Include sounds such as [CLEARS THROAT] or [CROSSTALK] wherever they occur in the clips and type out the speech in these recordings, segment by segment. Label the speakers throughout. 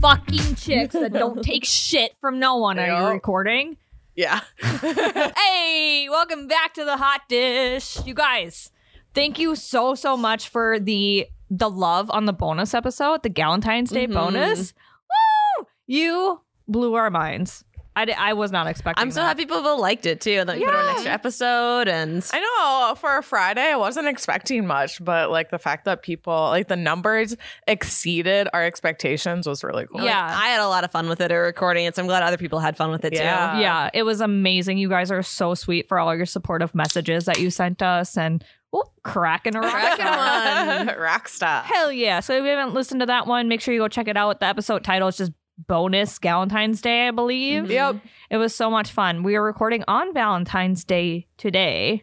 Speaker 1: fucking chicks that
Speaker 2: [LAUGHS]
Speaker 1: don't take shit from no one. Are
Speaker 3: Yeah.
Speaker 1: you recording?
Speaker 3: Yeah.
Speaker 1: Hey, welcome back to the hot dish. You guys, thank you so so much for the the love on the bonus episode, the Valentine's Day
Speaker 2: Mm-hmm.
Speaker 3: Mhm.
Speaker 1: bonus. Woo! You blew our minds. I, di- I was not expecting.
Speaker 2: I'm so
Speaker 1: that.
Speaker 2: happy people liked it too. That we put out an extra episode and
Speaker 3: I know for a Friday, I wasn't expecting much, but like the fact that people, like the numbers exceeded our expectations was really cool. [LAUGHS]
Speaker 1: Yeah.
Speaker 2: I had a lot of fun with it or recording it. So I'm glad other people had fun with it
Speaker 3: Yeah.
Speaker 2: too.
Speaker 1: yeah, it was amazing. You guys are so sweet for all your supportive messages that you sent us and oh, cracking a rock
Speaker 2: Cracking
Speaker 1: star.
Speaker 2: one.
Speaker 3: Rockstar.
Speaker 1: Hell yeah. So if you haven't listened to that one, make sure you go check it out. The episode title is just bonus Valentine's Day, I believe.
Speaker 3: Mm-hmm. Yep.
Speaker 1: It was so much fun. We are recording on Valentine's Day today,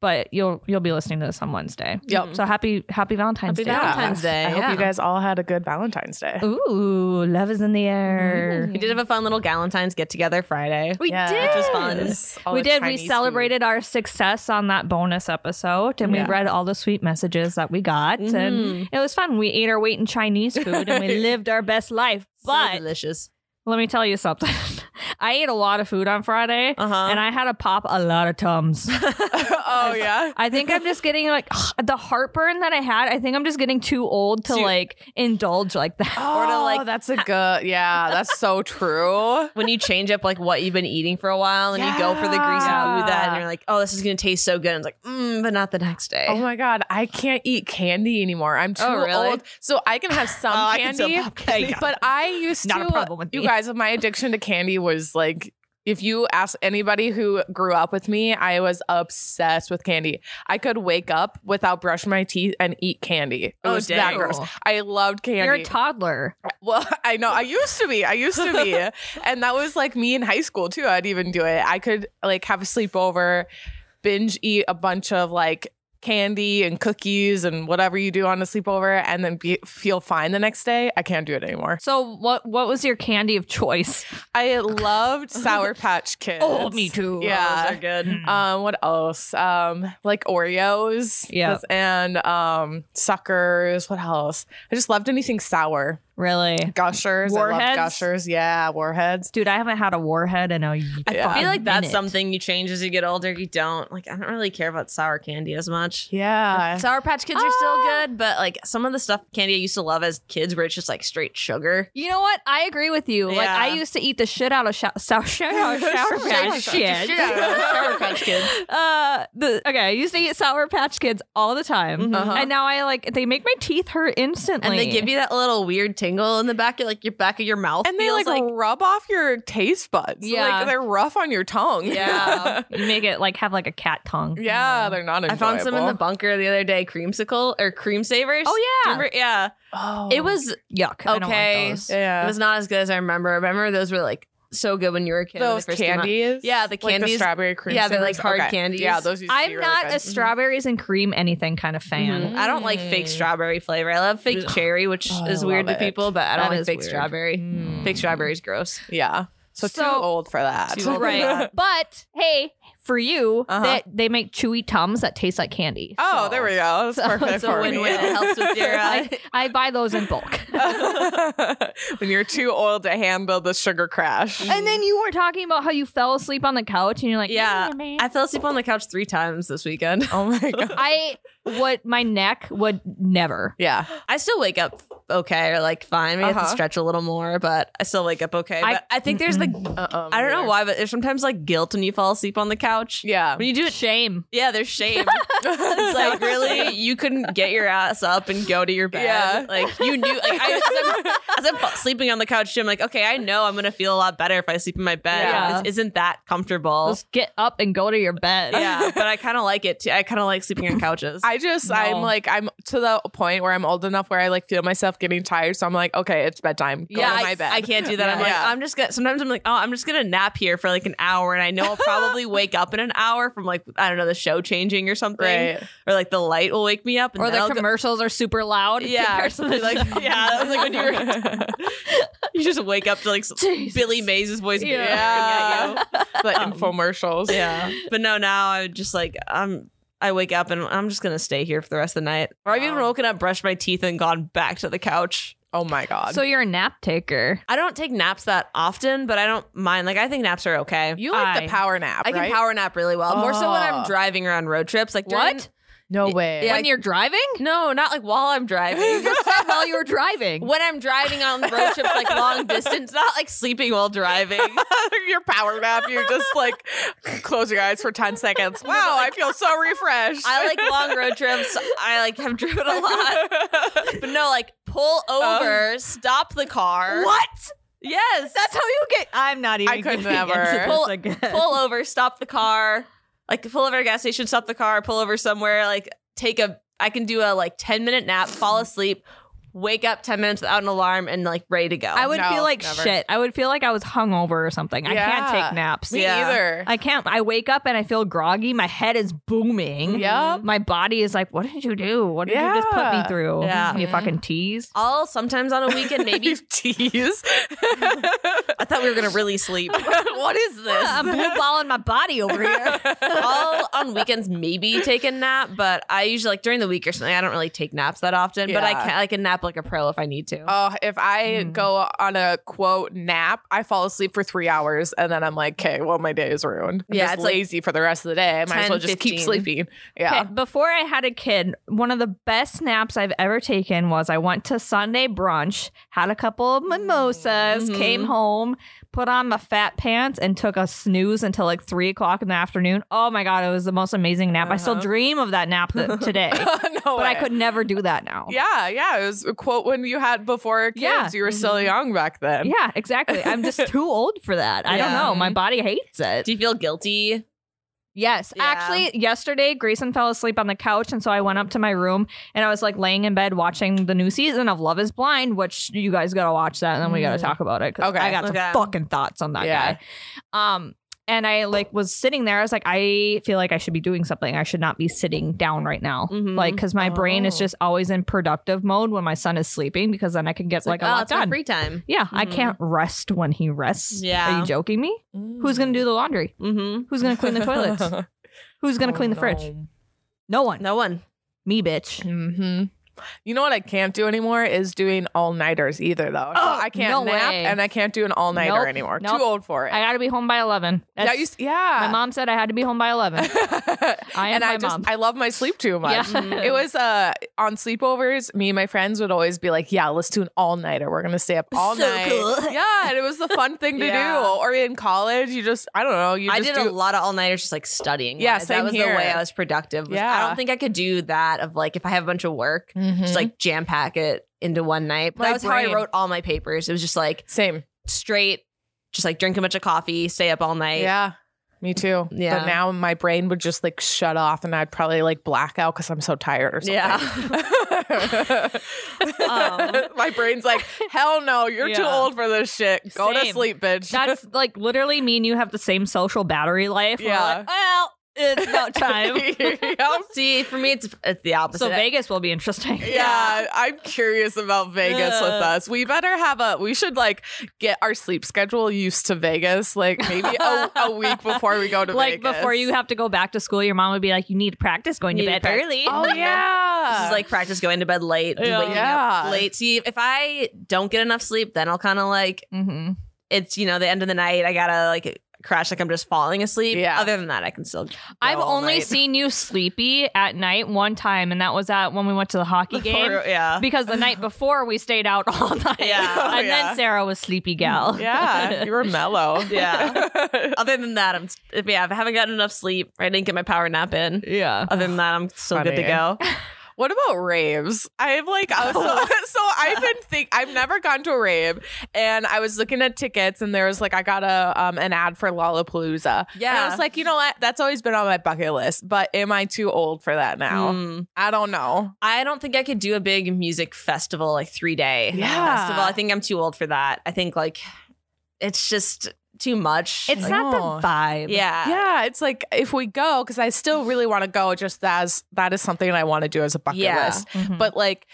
Speaker 1: but you'll you'll be listening to this on Wednesday.
Speaker 3: Mm-hmm. Yep.
Speaker 1: So happy happy Valentine's
Speaker 2: Happy
Speaker 1: Day.
Speaker 2: Valentine's Day.
Speaker 3: I
Speaker 2: yeah.
Speaker 3: hope you guys all had a good Valentine's Day.
Speaker 1: Ooh, love is in the
Speaker 3: Mm-hmm.
Speaker 1: air.
Speaker 2: We did have a fun little Galentine's get together Friday.
Speaker 1: We
Speaker 3: Yeah.
Speaker 1: did.
Speaker 2: Which was fun.
Speaker 3: All
Speaker 1: we
Speaker 3: the
Speaker 1: did.
Speaker 3: Chinese
Speaker 1: we
Speaker 3: food.
Speaker 1: celebrated our success on that bonus episode, and
Speaker 3: Yeah. Mm-hmm.
Speaker 1: we read all the sweet messages that we got, and it was fun. We ate our weight in Chinese food, and
Speaker 3: [LAUGHS]
Speaker 1: we lived our best life.
Speaker 2: So
Speaker 1: But
Speaker 2: delicious.
Speaker 1: let me tell you something. [LAUGHS] I ate a lot of food on Friday,
Speaker 2: Uh-huh.
Speaker 1: and I had to pop a lot of tums.
Speaker 3: [LAUGHS] oh yeah.
Speaker 1: I think I'm just getting like [SIGHS] the heartburn that I had. I think I'm just getting too old to
Speaker 3: Too-
Speaker 1: like indulge like
Speaker 3: [LAUGHS]
Speaker 1: that.
Speaker 3: Oh,
Speaker 2: to, like-
Speaker 3: that's a good. Yeah, that's so true.
Speaker 2: When you change up like what you've been eating for a while and you go for the greasy
Speaker 3: Yeah.
Speaker 2: food that and you're like, oh, this is gonna taste so good. And it's like, mm, but not the next day. [LAUGHS]
Speaker 3: Oh my god, I can't eat candy anymore. I'm too
Speaker 2: Oh, really?
Speaker 3: old. So I can have some
Speaker 2: Oh, I can
Speaker 3: candy,
Speaker 2: still pop
Speaker 3: [LAUGHS]
Speaker 2: candy.
Speaker 3: but I used
Speaker 1: Not a
Speaker 3: to.
Speaker 1: problem with
Speaker 3: you
Speaker 1: me.
Speaker 3: guys, my addiction to candy was like. If you ask anybody who grew up with me, I was obsessed with candy. I could wake up without brushing my teeth and eat candy. It
Speaker 2: Oh,
Speaker 3: was that
Speaker 2: dang.
Speaker 3: gross. I loved candy.
Speaker 1: You're a toddler.
Speaker 3: Well, [LAUGHS] I know. I used to be. I used to
Speaker 1: [LAUGHS]
Speaker 3: be. and that was like me in high school too. I'd even do it. I could like have a sleepover, binge eat a bunch of like candy and cookies and whatever you do on a sleepover and then be, feel fine the next day. I can't do it anymore.
Speaker 1: So what what was your candy of choice? [LAUGHS]
Speaker 3: I loved Sour Patch Kids.
Speaker 1: Oh, too.
Speaker 3: Yeah.
Speaker 2: Those are good.
Speaker 1: hmm.
Speaker 3: Um, what else? Um, like Oreos.
Speaker 1: Yep.
Speaker 3: And um suckers. What else? I just loved anything sour.
Speaker 1: Really?
Speaker 3: Gushers. I
Speaker 1: Warheads?
Speaker 3: loved gushers. Yeah, warheads.
Speaker 1: Dude, I haven't had a warhead in a y-
Speaker 3: Yeah.
Speaker 2: I feel like that's
Speaker 1: minute.
Speaker 2: something you change as you get older. You don't like. I don't really care about sour candy as much.
Speaker 3: Yeah.
Speaker 2: Sour Patch Kids are still
Speaker 1: Ah.
Speaker 2: good, but like some of the stuff candy I used to love as kids, where it's just like straight sugar.
Speaker 1: You know what? I agree with you. Like
Speaker 2: Yeah.
Speaker 1: I used to eat the shit out of [LAUGHS] shou- sour shit out of sour patch kids.
Speaker 2: [LAUGHS] Sour Patch Kids.
Speaker 1: Uh, the okay, I used to eat sour patch kids all the time,
Speaker 3: Uh-huh.
Speaker 1: and now I like they make my teeth hurt instantly.
Speaker 2: And they give you that little weird tingle in the back of like your back of your mouth.
Speaker 3: and they
Speaker 2: feels
Speaker 3: like, rub off your taste buds.
Speaker 1: Yeah.
Speaker 3: Like they're rough on your tongue.
Speaker 2: Yeah.
Speaker 1: you make it like have like a cat tongue.
Speaker 3: [LAUGHS] yeah, they're not enjoyable.
Speaker 2: I found some in the bunker the other day, creamsicle or cream savers.
Speaker 1: Oh, yeah.
Speaker 2: Remember- yeah.
Speaker 3: Oh.
Speaker 2: It was
Speaker 1: Yuck. I don't
Speaker 2: Okay.
Speaker 1: like those.
Speaker 3: yeah.
Speaker 2: it was not as good as I remember. I remember those were like so good when you were a kid. when they
Speaker 3: those
Speaker 2: first came out.
Speaker 3: candies.
Speaker 2: Yeah, the
Speaker 3: Like
Speaker 2: candies.
Speaker 3: the strawberry cream.
Speaker 2: Yeah, they're, like,
Speaker 3: singers?
Speaker 2: hard candies.
Speaker 3: Yeah, those used to
Speaker 1: I'm
Speaker 3: be really
Speaker 1: not
Speaker 3: good.
Speaker 1: a strawberries and cream anything kind of fan.
Speaker 2: Mhm. I don't like fake strawberry flavor. I love fake cherry, which
Speaker 3: Mm. Oh, I
Speaker 2: is weird to
Speaker 3: love it.
Speaker 2: people, but I don't
Speaker 1: That
Speaker 2: like
Speaker 1: is
Speaker 2: fake
Speaker 1: weird.
Speaker 2: strawberry.
Speaker 1: Mm.
Speaker 3: Mm.
Speaker 2: Fake strawberry is gross.
Speaker 3: Yeah. So,
Speaker 1: So-
Speaker 3: too old for that. [LAUGHS]
Speaker 2: Too old for
Speaker 1: Right. but hey, for you,
Speaker 3: Uh-huh.
Speaker 1: that they make chewy tums that taste like candy. [LAUGHS]
Speaker 3: Oh,
Speaker 1: So
Speaker 3: there we go. That's perfect
Speaker 2: It's a
Speaker 3: for
Speaker 2: win
Speaker 3: me.
Speaker 2: win. It
Speaker 3: [LAUGHS]
Speaker 2: helps with your uh,
Speaker 1: I, I buy those in bulk.
Speaker 3: [LAUGHS] when you're too old to handle the sugar crash.
Speaker 2: Mm.
Speaker 1: and then you were talking about how you fell asleep on the couch and you're like,
Speaker 2: Yeah.
Speaker 1: "Yeah, man."
Speaker 2: I fell asleep on the couch three times this weekend.
Speaker 3: oh
Speaker 2: [LAUGHS]
Speaker 3: my god.
Speaker 1: I would my neck would never.
Speaker 3: Yeah.
Speaker 2: I still wake up okay or like fine. Maybe I have
Speaker 3: Uh-huh.
Speaker 2: to stretch a little more, but I still wake up okay.
Speaker 1: I-
Speaker 2: But I, think there's like
Speaker 3: Uh-uh,
Speaker 2: I don't know
Speaker 3: neither.
Speaker 2: why, but there's sometimes like guilt when you fall asleep on the couch.
Speaker 3: Yeah.
Speaker 2: When you do it,
Speaker 1: Shame.
Speaker 2: yeah, there's shame. [LAUGHS] it's like really, you couldn't get your ass up and go to your bed.
Speaker 3: Yeah.
Speaker 2: Like [LAUGHS] you knew.
Speaker 3: [LAUGHS]
Speaker 2: Like I, as, I'm, as I'm sleeping on the couch, I'm like, okay, I know I'm gonna feel a lot better if I sleep in my bed.
Speaker 3: Yeah.
Speaker 2: This isn't that comfortable. [LAUGHS]
Speaker 1: Just get up and go to your bed.
Speaker 2: yeah, but I kind of like it too. I kind of like sleeping on couches.
Speaker 3: I just
Speaker 1: No.
Speaker 3: I'm like I'm to the point where I'm old enough where I like feel myself getting tired, so I'm like, okay, it's bedtime. Go
Speaker 2: yeah,
Speaker 3: to my
Speaker 2: I,
Speaker 3: bed.
Speaker 2: I can't do that. I'm
Speaker 3: Yeah.
Speaker 2: like,
Speaker 3: Yeah.
Speaker 2: I'm just gonna. Sometimes I'm like, oh, I'm just gonna nap here for like an hour, and I know [LAUGHS] I'll probably wake up in an hour from like I don't know the show changing or something,
Speaker 3: Right. [LAUGHS]
Speaker 2: or like the light will wake me up, and
Speaker 1: Or
Speaker 2: then
Speaker 1: the
Speaker 2: I'll go-
Speaker 1: commercials are super loud.
Speaker 2: yeah, or
Speaker 1: compared to the
Speaker 2: something like yeah. That was like when you were [LAUGHS] you just wake up to [LAUGHS] like s-
Speaker 1: [LAUGHS] Jesus.
Speaker 2: Billy Mays' voice.
Speaker 1: Yeah.
Speaker 2: [LAUGHS] Yeah,
Speaker 3: the infomercials.
Speaker 2: yeah. But no, now I'm just like I'm. I wake up and I'm just gonna stay here for the rest of the night. Or I've even
Speaker 3: Wow.
Speaker 2: woken up, brushed my teeth, and gone back to the couch.
Speaker 3: Oh my god.
Speaker 1: So you're a nap taker.
Speaker 2: I don't take naps that often, but I don't mind. Like I think naps are okay.
Speaker 3: you like
Speaker 1: I-
Speaker 3: the power nap.
Speaker 2: I can
Speaker 3: right?
Speaker 2: power nap really well. More so when
Speaker 3: Oh.
Speaker 2: I'm driving or on road trips. Like during-
Speaker 1: What?
Speaker 3: No way.
Speaker 2: Yeah,
Speaker 1: when
Speaker 2: I-
Speaker 1: you're driving?
Speaker 2: No, not like while I'm
Speaker 1: You
Speaker 2: [LAUGHS] driving.
Speaker 1: just said while you were
Speaker 2: [LAUGHS]
Speaker 1: driving.
Speaker 2: when I'm driving on road trips, like long distance, not like sleeping while driving.
Speaker 3: [LAUGHS]
Speaker 2: [LAUGHS]
Speaker 3: your power nap. You just like [LAUGHS] close your eyes for ten seconds. Wow, I feel so refreshed. [LAUGHS]
Speaker 2: I like long road trips. I like have driven a lot, but no, like pull over, stop the car.
Speaker 1: What?
Speaker 2: Yes,
Speaker 1: That's how you get. I'm not even.
Speaker 3: I could
Speaker 1: getting into
Speaker 3: never.
Speaker 1: this
Speaker 2: Pull-
Speaker 1: again. [LAUGHS]
Speaker 2: pull over, stop the car, like pull over at a gas station, stop the car, pull over somewhere, like take a I can do a like 10 minute nap, fall asleep, wake up 10 minutes without an alarm and like ready to go.
Speaker 1: I would
Speaker 3: No,
Speaker 1: feel like
Speaker 3: never.
Speaker 1: shit. I would feel like I was hungover or something. I can't
Speaker 3: Yeah.
Speaker 1: take naps.
Speaker 3: [LAUGHS] Me
Speaker 2: Yeah.
Speaker 3: either.
Speaker 1: I can't. I wake up and I feel groggy. My head is booming.
Speaker 3: Yep.
Speaker 1: My body is like, what did you do? What did you just put me
Speaker 3: Yeah.
Speaker 1: through?
Speaker 2: Yeah.
Speaker 1: You fucking tease.
Speaker 2: I'll sometimes on a
Speaker 3: [LAUGHS]
Speaker 2: weekend maybe
Speaker 3: You tease. [LAUGHS]
Speaker 2: I thought we were gonna really sleep.
Speaker 3: what is this?
Speaker 1: I'm blue [LAUGHS] balling my body over [LAUGHS] here.
Speaker 2: I'll on weekends maybe take a nap, but I usually like during the week or something. I don't really take naps that often, but I
Speaker 3: Yeah.
Speaker 2: can I can nap like a pro if I need to.
Speaker 3: Oh, if I
Speaker 1: Mm.
Speaker 3: go on a quote nap, I fall asleep for three hours and then I'm like, okay, well, my day is ruined. I'm
Speaker 2: Yeah,
Speaker 3: just
Speaker 2: it's like
Speaker 3: lazy for the rest of the day. I might as
Speaker 2: 10,
Speaker 3: well just keep
Speaker 2: 15.
Speaker 3: sleeping. Yeah. [LAUGHS]
Speaker 1: Okay, before I had a kid, one of the best naps I've ever taken was I went to Sunday brunch, had a couple of mimosas,
Speaker 2: Mhm.
Speaker 1: came home, put on my fat pants, and took a snooze until like three o'clock in the afternoon. Oh my god, it was the most amazing nap. I still
Speaker 2: Uh-huh.
Speaker 1: dream of that nap th- today,
Speaker 3: no
Speaker 1: but I
Speaker 3: way.
Speaker 1: could never do that now.
Speaker 3: Yeah, yeah. It was a quote when you had before kids.
Speaker 1: Yeah. mm-hmm.
Speaker 3: You were still young back then.
Speaker 1: Yeah, exactly. I'm
Speaker 2: [LAUGHS]
Speaker 1: just too old for that. I don't
Speaker 2: Yeah.
Speaker 1: know. My body hates it.
Speaker 2: Do you feel guilty?
Speaker 1: Yes.
Speaker 2: Yeah.
Speaker 1: Actually, yesterday, Grayson fell asleep on the couch. And so I went up to my room and I was like laying in bed watching the new season of Love is Blind, which you guys got to watch that. And then we got to
Speaker 2: Mm.
Speaker 1: talk about it. 'cause
Speaker 3: Okay.
Speaker 1: I got
Speaker 2: Okay.
Speaker 1: some fucking thoughts on that
Speaker 3: Yeah.
Speaker 1: guy. Um, and I like was sitting there. I was like, I feel like I should be doing something. I should not be sitting down right now.
Speaker 2: Mhm.
Speaker 1: Like, because my brain is
Speaker 3: Oh.
Speaker 1: just always in productive mode when my son is sleeping, because then I can get
Speaker 3: oh,
Speaker 1: like, a lot
Speaker 2: it's my
Speaker 1: done.
Speaker 2: free time.
Speaker 1: Yeah, I
Speaker 2: Mhm.
Speaker 1: can't rest when he rests. Are
Speaker 2: Yeah.
Speaker 1: you joking me? Who's
Speaker 3: Mm.
Speaker 1: going to do the laundry?
Speaker 2: Mm-hmm.
Speaker 1: Who's going to clean the
Speaker 3: [LAUGHS]
Speaker 1: toilets? Who's
Speaker 3: Oh,
Speaker 1: going to clean the fridge? No one.
Speaker 2: No one.
Speaker 1: Me, bitch.
Speaker 3: hmm You know what I can't do anymore is doing all nighters either though. So
Speaker 1: Oh,
Speaker 3: I can't
Speaker 1: no
Speaker 3: nap
Speaker 1: way.
Speaker 3: and I can't do an all nighter
Speaker 1: Nope,
Speaker 3: anymore.
Speaker 1: nope.
Speaker 3: Too old for it.
Speaker 1: I got to be home by 11.
Speaker 3: yeah,
Speaker 1: That's-
Speaker 3: you, s- yeah.
Speaker 1: my mom said I had to be home by
Speaker 3: [LAUGHS]
Speaker 1: 11. I am
Speaker 3: and
Speaker 1: my
Speaker 3: I just
Speaker 1: mom.
Speaker 3: I love my sleep too much.
Speaker 2: Mm-hmm.
Speaker 1: Yeah.
Speaker 3: [LAUGHS] It was uh on sleepovers, me and my friends would always be like, Yeah, let's do an all nighter. We're gonna stay up all
Speaker 2: So
Speaker 3: night.
Speaker 2: cool. [LAUGHS]
Speaker 3: Yeah, and it was the fun thing to
Speaker 2: Yeah.
Speaker 3: do. Or in college, you just I don't know, you
Speaker 2: I
Speaker 3: just
Speaker 2: did
Speaker 3: do
Speaker 2: a lot of all nighters, just like studying.
Speaker 3: Yeah,
Speaker 2: wise.
Speaker 3: same
Speaker 2: that was
Speaker 3: here.
Speaker 2: the way I was productive. was- I
Speaker 3: Yeah.
Speaker 2: don't think I could do that. Of like, if I have a bunch of work,
Speaker 3: Mhm.
Speaker 2: just like jam pack it into one night. But
Speaker 3: My
Speaker 2: that was how
Speaker 3: brain.
Speaker 2: I wrote all my papers. It was just like
Speaker 3: same.
Speaker 2: straight, just like drink a bunch of coffee, stay up all night.
Speaker 3: Yeah. Me too.
Speaker 2: Yeah.
Speaker 3: But now my brain would just like shut off and I'd probably like black out because I'm so tired or something. [LAUGHS] Yeah.
Speaker 1: Um.
Speaker 3: my brain's like, hell no, you're too
Speaker 1: Yeah.
Speaker 3: old for this shit. Go to
Speaker 1: Same.
Speaker 3: sleep, bitch.
Speaker 1: That's like literally me and you have the same social battery life. We're
Speaker 3: Yeah.
Speaker 1: like, well, it's about
Speaker 3: [LAUGHS]
Speaker 1: time.
Speaker 3: Yep.
Speaker 2: Oh, See, for me, it's it's the opposite.
Speaker 1: so Vegas will be interesting. [LAUGHS]
Speaker 3: Yeah, I'm curious about Vegas with
Speaker 2: Ugh.
Speaker 3: us. We better have a. We should like get our sleep schedule used to Vegas, like maybe a, a week before we go to
Speaker 1: Like
Speaker 3: Vegas.
Speaker 1: before you have to go back to school, your mom would be like, "You need to practice going
Speaker 2: Need
Speaker 1: to
Speaker 2: to
Speaker 1: bed
Speaker 2: prac-
Speaker 1: early."
Speaker 3: Oh yeah,
Speaker 2: This is like practice going to bed late, and
Speaker 1: Yeah.
Speaker 2: waking
Speaker 3: Yeah.
Speaker 2: up late. See, if I don't get enough sleep, then I'll kind of like
Speaker 1: hmm
Speaker 2: it's you know the end of the night. I gotta like crash like I'm just falling asleep.
Speaker 3: Yeah.
Speaker 2: Other than that, I can still.
Speaker 1: I've
Speaker 2: go all
Speaker 1: only
Speaker 2: night. [LAUGHS]
Speaker 1: seen you sleepy at night one time, and that was at when we went to the hockey game.
Speaker 2: Or- yeah.
Speaker 1: because the
Speaker 3: [LAUGHS]
Speaker 1: night before we stayed out [LAUGHS] all night.
Speaker 2: Yeah.
Speaker 3: Oh,
Speaker 1: and
Speaker 3: yeah.
Speaker 1: then Sarah was sleepy gal.
Speaker 3: yeah, you were mellow. [LAUGHS]
Speaker 2: Yeah. Other than that, I'm if yeah. If I haven't gotten enough sleep, or I didn't get my power nap in.
Speaker 1: [LAUGHS] yeah.
Speaker 2: Other than that, I'm still good to
Speaker 3: Funny.
Speaker 2: go.
Speaker 3: What about raves? I've like I was
Speaker 2: [LAUGHS]
Speaker 3: so, [LAUGHS] so I've been think I've never gone to a rave, and I was looking at tickets, and there was like I got a um an ad for Lollapalooza. and I
Speaker 2: Yeah.
Speaker 3: was like, you know what? That's always been on my bucket list, but am I too old for that now?
Speaker 2: Mm.
Speaker 3: I don't know.
Speaker 2: I don't think I could do a big music festival like three day
Speaker 3: Yeah.
Speaker 2: festival. I think I'm too old for that. I think like it's just too much.
Speaker 1: It's
Speaker 2: Like,
Speaker 1: not
Speaker 3: No.
Speaker 1: the vibe.
Speaker 2: yeah. [LAUGHS]
Speaker 3: Yeah, it's like if we go, because I still really want to go. Just as that is something I want to do as a bucket
Speaker 2: Yeah.
Speaker 3: list, but like.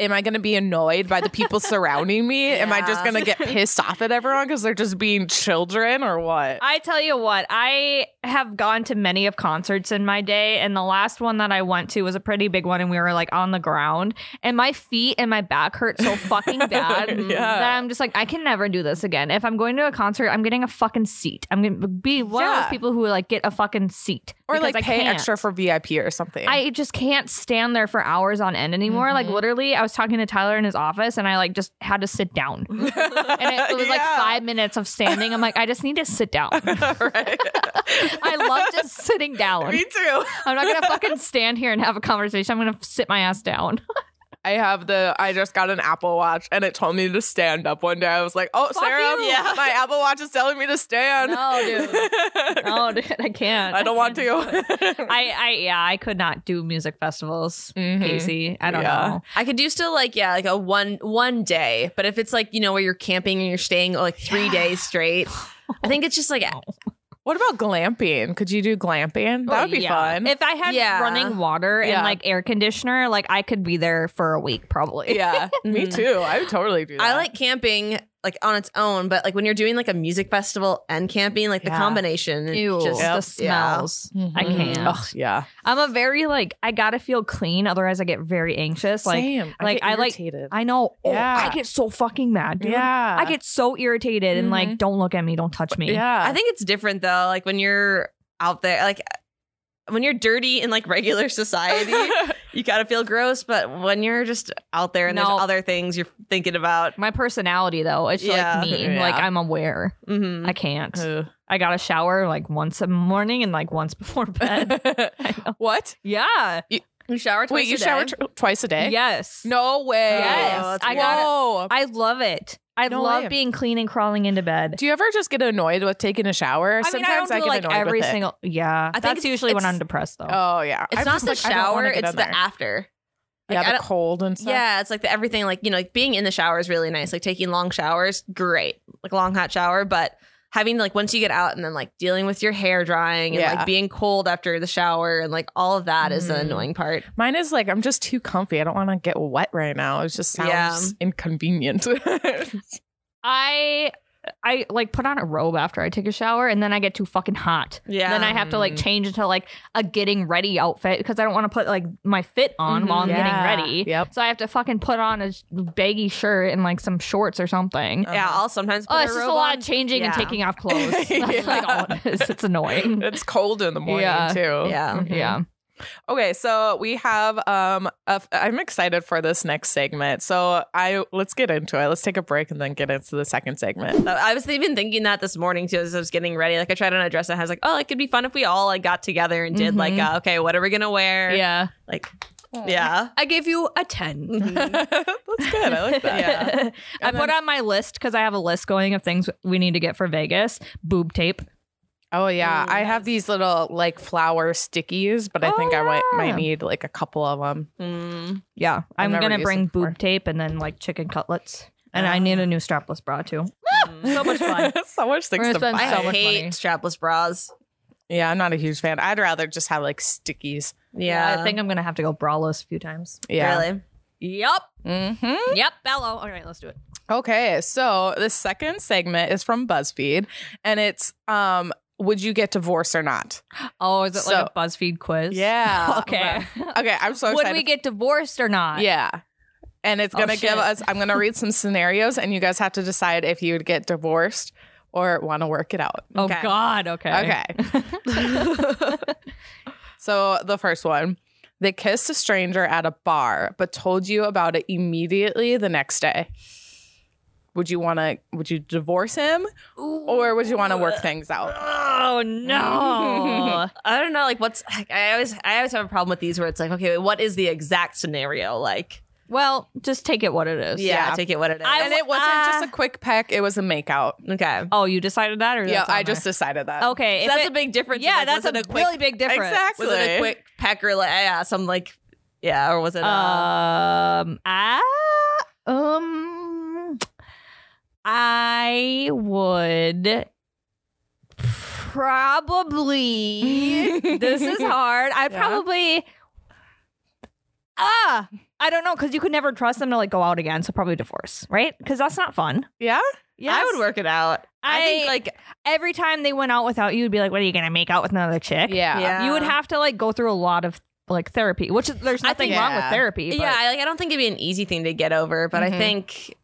Speaker 3: Am I going to be annoyed by the people surrounding me? Am I just
Speaker 2: Yeah.
Speaker 3: going to get pissed off at everyone because they're just being children or what?
Speaker 1: I tell you what, I have gone to many of concerts in my day, and the last one that I went to was a pretty big one, and we were like on the ground, and my feet and my back hurt so fucking bad
Speaker 3: [LAUGHS] Yeah.
Speaker 1: that I'm just like, I can never do this again. If I'm going to a concert, I'm getting a fucking seat. I'm gonna be one of
Speaker 3: Yeah.
Speaker 1: those people who like get a fucking seat
Speaker 3: or
Speaker 1: because
Speaker 3: like
Speaker 1: I
Speaker 3: pay
Speaker 1: can't.
Speaker 3: extra for VIP or something.
Speaker 1: I just can't stand there for hours on end anymore. Like literally, I was talking to Tyler in his office, and I like just had to sit down, [LAUGHS] and it, was like
Speaker 3: Yeah.
Speaker 1: five minutes of standing. I'm like, I just need to sit down.
Speaker 3: [LAUGHS] right.
Speaker 1: I love just sitting down.
Speaker 3: [LAUGHS] Me too.
Speaker 1: I'm not gonna fucking stand here and have a conversation. I'm gonna sit my ass [LAUGHS] down.
Speaker 3: I have the I just got an Apple Watch and it told me to stand up one day. I was like, "Oh, Sarah,
Speaker 1: you.
Speaker 2: Yeah.
Speaker 3: my [LAUGHS] Apple Watch is telling me to stand."
Speaker 1: No, [LAUGHS]
Speaker 3: [LAUGHS]
Speaker 1: dude. No, Oh, dude, I can't.
Speaker 3: I don't want to. [LAUGHS]
Speaker 1: I, I, yeah, I could not do music festivals,
Speaker 3: Mhm.
Speaker 1: Casey. I don't
Speaker 3: Yeah.
Speaker 1: know.
Speaker 2: I could do still like yeah, like a one one day. But if it's like you know where you're camping and you're staying like three days straight, I think it's just
Speaker 1: [LAUGHS]
Speaker 2: like
Speaker 3: What about glamping? Could you do glamping? That would be
Speaker 1: Oh, Yeah.
Speaker 3: fun.
Speaker 1: If I had
Speaker 2: Yeah.
Speaker 1: running water
Speaker 3: Yeah.
Speaker 1: and like air conditioner, like I could be there for a week probably. [LAUGHS]
Speaker 3: [LAUGHS] yeah, me too. I would totally do that.
Speaker 2: I like camping like on its own, but like when you're doing like a music festival and camping, like the
Speaker 3: Yeah.
Speaker 2: combination, it
Speaker 1: Ew,
Speaker 2: just
Speaker 1: the
Speaker 2: yeah.
Speaker 1: smells. I
Speaker 3: Mhm.
Speaker 1: can't.
Speaker 3: Ugh, yeah.
Speaker 1: I'm a very like I gotta feel clean, otherwise I get very anxious. Like
Speaker 3: Same.
Speaker 1: like,
Speaker 3: get
Speaker 1: I like-
Speaker 3: irritated.
Speaker 1: I know. Oh,
Speaker 3: Yeah.
Speaker 1: I get so fucking mad, dude.
Speaker 3: yeah.
Speaker 1: I get so irritated and like, don't look at me, don't touch me.
Speaker 3: Yeah.
Speaker 2: I think it's different though. Like when you're out there, like when you're dirty in like regular [LAUGHS] society,
Speaker 3: [LAUGHS]
Speaker 2: you gotta feel gross. But when you're just out there and
Speaker 1: No.
Speaker 2: there's other things you're thinking about,
Speaker 1: My personality though, it's
Speaker 2: Yeah.
Speaker 1: like me.
Speaker 3: Yeah. Mm-hmm.
Speaker 1: Like I'm aware.
Speaker 2: hmm
Speaker 1: I can't.
Speaker 3: [LAUGHS] Ugh.
Speaker 1: I got to shower like once in the morning and like once
Speaker 3: [LAUGHS]
Speaker 1: before bed. [LAUGHS] I know.
Speaker 3: what?
Speaker 1: yeah.
Speaker 2: you shower. Twice
Speaker 3: Wait, you
Speaker 2: a day.
Speaker 3: shower tw- twice a day?
Speaker 1: Yes.
Speaker 3: Eh? No way.
Speaker 1: Yes.
Speaker 2: Oh, that's
Speaker 1: I got it.
Speaker 3: Whoa.
Speaker 1: I love it. I
Speaker 3: No
Speaker 1: love
Speaker 3: way.
Speaker 1: being clean and crawling into bed.
Speaker 3: Do you ever just get annoyed with taking a shower?
Speaker 1: I mean, I don't
Speaker 3: Sometimes
Speaker 1: do
Speaker 3: get
Speaker 1: like
Speaker 3: annoyed
Speaker 1: every
Speaker 3: with it.
Speaker 1: single. Yeah,
Speaker 2: think
Speaker 1: that's
Speaker 2: it's-
Speaker 1: usually when
Speaker 2: it's-
Speaker 1: I'm depressed though.
Speaker 3: Oh yeah.
Speaker 2: It's
Speaker 3: I'm
Speaker 2: not
Speaker 3: just
Speaker 2: the
Speaker 3: like, I don't
Speaker 2: shower;
Speaker 3: wanna get
Speaker 2: it's
Speaker 3: in
Speaker 2: the
Speaker 3: there.
Speaker 2: after.
Speaker 3: Yeah,
Speaker 2: like, I
Speaker 3: the
Speaker 2: don't-
Speaker 3: cold and stuff.
Speaker 2: Yeah, it's like the everything. Like you know, like being in the shower is really nice. Like taking long showers, great. Like long hot shower, but having like once you get out and then like dealing with your hair drying and
Speaker 3: Yeah.
Speaker 2: like being cold after the shower and like all of that is the
Speaker 3: Mhm.
Speaker 2: annoying part.
Speaker 3: Mine is like I'm just too comfy. I don't want to get wet right now. It just sounds
Speaker 2: Yeah.
Speaker 3: inconvenient.
Speaker 1: I I like put on a robe after I take a shower and then I get too fucking hot.
Speaker 2: Yeah.
Speaker 1: Then I have to like change into like a getting ready outfit because I don't want to put like my fit on while I'm
Speaker 3: Yeah.
Speaker 1: getting ready.
Speaker 3: Yep.
Speaker 1: So I have to fucking put on a baggy shirt and like some shorts or something.
Speaker 2: Yeah,
Speaker 3: Uh-huh.
Speaker 2: I'll sometimes. Put
Speaker 1: oh, it's just
Speaker 2: robe
Speaker 1: a lot
Speaker 2: on.
Speaker 1: of changing and
Speaker 2: Yeah.
Speaker 1: taking [LAUGHS] off clothes. That's like all it is. It's annoying.
Speaker 3: it's cold in the morning
Speaker 1: Yeah.
Speaker 3: too.
Speaker 2: Yeah.
Speaker 3: Mhm.
Speaker 1: Yeah.
Speaker 3: Okay, so we have um a f- I'm excited for this next segment. So I let's get into it. Let's take a break and then get into the second segment.
Speaker 2: So I was even thinking that this morning too, as I was getting ready. Like I tried on a dress, and I was like, "Oh, it could be fun if we all like got together and did like,
Speaker 1: Mhm.
Speaker 2: uh, okay, what are we gonna
Speaker 1: [LAUGHS]
Speaker 2: wear?
Speaker 1: Yeah.
Speaker 2: like,
Speaker 1: [LAUGHS]
Speaker 2: yeah,
Speaker 1: I gave you a 10.
Speaker 3: [LAUGHS] That's good. I
Speaker 1: [LAUGHS]
Speaker 3: like that.
Speaker 1: Yeah. I
Speaker 3: And
Speaker 1: put
Speaker 3: then-
Speaker 1: on my list because I have a list going of things we need to get for Vegas. Boob tape.
Speaker 3: Oh yeah,
Speaker 2: Mm,
Speaker 3: I have these little like flower stickies, but I think
Speaker 1: Oh,
Speaker 3: I might
Speaker 1: yeah.
Speaker 3: might need like a couple of them.
Speaker 2: Mm.
Speaker 1: Yeah,
Speaker 3: I've
Speaker 1: I'm
Speaker 3: never
Speaker 1: gonna
Speaker 3: used
Speaker 1: bring
Speaker 3: it before. Ah.
Speaker 1: boob tape and then like chicken cutlets, and I need a new strapless bra too. So much fun.
Speaker 3: [LAUGHS] so much things
Speaker 1: gonna
Speaker 3: to
Speaker 1: spend
Speaker 3: buy.
Speaker 1: so
Speaker 2: I
Speaker 1: much
Speaker 2: hate
Speaker 1: money.
Speaker 2: strapless bras.
Speaker 3: [LAUGHS] Yeah, I'm not a huge fan. I'd rather just have like stickies.
Speaker 2: Yeah,
Speaker 1: I think I'm gonna have to go braless a few times.
Speaker 3: Yeah.
Speaker 2: really.
Speaker 1: Yep,
Speaker 3: hmm
Speaker 1: yep, bellow. All right, let's do it.
Speaker 3: Okay, so the second segment is from BuzzFeed, and it's um, would you get divorced or not?
Speaker 1: Oh, is it
Speaker 3: So-
Speaker 1: like a BuzzFeed quiz?
Speaker 3: Yeah.
Speaker 1: [LAUGHS] Okay.
Speaker 3: [LAUGHS]
Speaker 1: [LAUGHS]
Speaker 3: Okay, I'm so
Speaker 1: Would
Speaker 3: excited.
Speaker 1: we get divorced or not?
Speaker 3: yeah. And it's
Speaker 1: Oh,
Speaker 3: gonna
Speaker 1: shit.
Speaker 3: give us. I'm gonna read some scenarios, and you guys have to decide if you would get divorced or want to work it out.
Speaker 1: Oh
Speaker 2: Okay.
Speaker 1: God. Okay. [LAUGHS]
Speaker 3: Okay. [LAUGHS] so the first one, they kissed a stranger at a bar, but told you about it immediately the next day. Would you want to? Would you divorce him, or would you want to work things out?
Speaker 1: Oh
Speaker 3: [LAUGHS]
Speaker 1: [LAUGHS] no.
Speaker 2: I don't know. Like, what's like, I always I always have a problem with these where it's like, okay, what is the exact scenario? Like,
Speaker 1: well, just take it what it is.
Speaker 2: yeah,
Speaker 3: Yeah.
Speaker 2: take it what it is.
Speaker 1: I-
Speaker 3: And it wasn't just a
Speaker 1: uh,
Speaker 3: quick peck; it was a makeout.
Speaker 2: okay,
Speaker 1: Oh, you decided that, or
Speaker 3: Yeah,
Speaker 1: that's on
Speaker 3: I just
Speaker 1: there?
Speaker 3: decided that.
Speaker 1: okay.
Speaker 2: So
Speaker 1: if
Speaker 2: that's
Speaker 1: it-
Speaker 2: a big difference.
Speaker 1: yeah,
Speaker 2: Like,
Speaker 1: that's
Speaker 2: was
Speaker 1: a,
Speaker 2: it
Speaker 1: really big difference.
Speaker 3: Exactly.
Speaker 2: Was it a quick pecker? Like, yeah, some like, yeah, or was it? Uh,
Speaker 1: Um, I, um, I would probably. this is hard. I
Speaker 3: Yeah.
Speaker 1: probably. Ah, I don't know because you could never trust them to like go out again. So probably divorce, right? Because that's not fun.
Speaker 3: Yeah.
Speaker 1: Yeah,
Speaker 2: I would work it out. I, think
Speaker 1: I-
Speaker 2: like
Speaker 1: Every time they went out without you, you'd be like, "What are you gonna make out with another chick?"
Speaker 3: Yeah.
Speaker 2: Yeah.
Speaker 1: you would have to like go through a lot of like therapy, which is- there's
Speaker 2: I
Speaker 1: nothing
Speaker 3: think-
Speaker 1: wrong
Speaker 3: Yeah.
Speaker 1: with therapy. But
Speaker 2: yeah, I, like I don't think it'd be an easy thing to get over, but
Speaker 3: Mhm.
Speaker 2: I think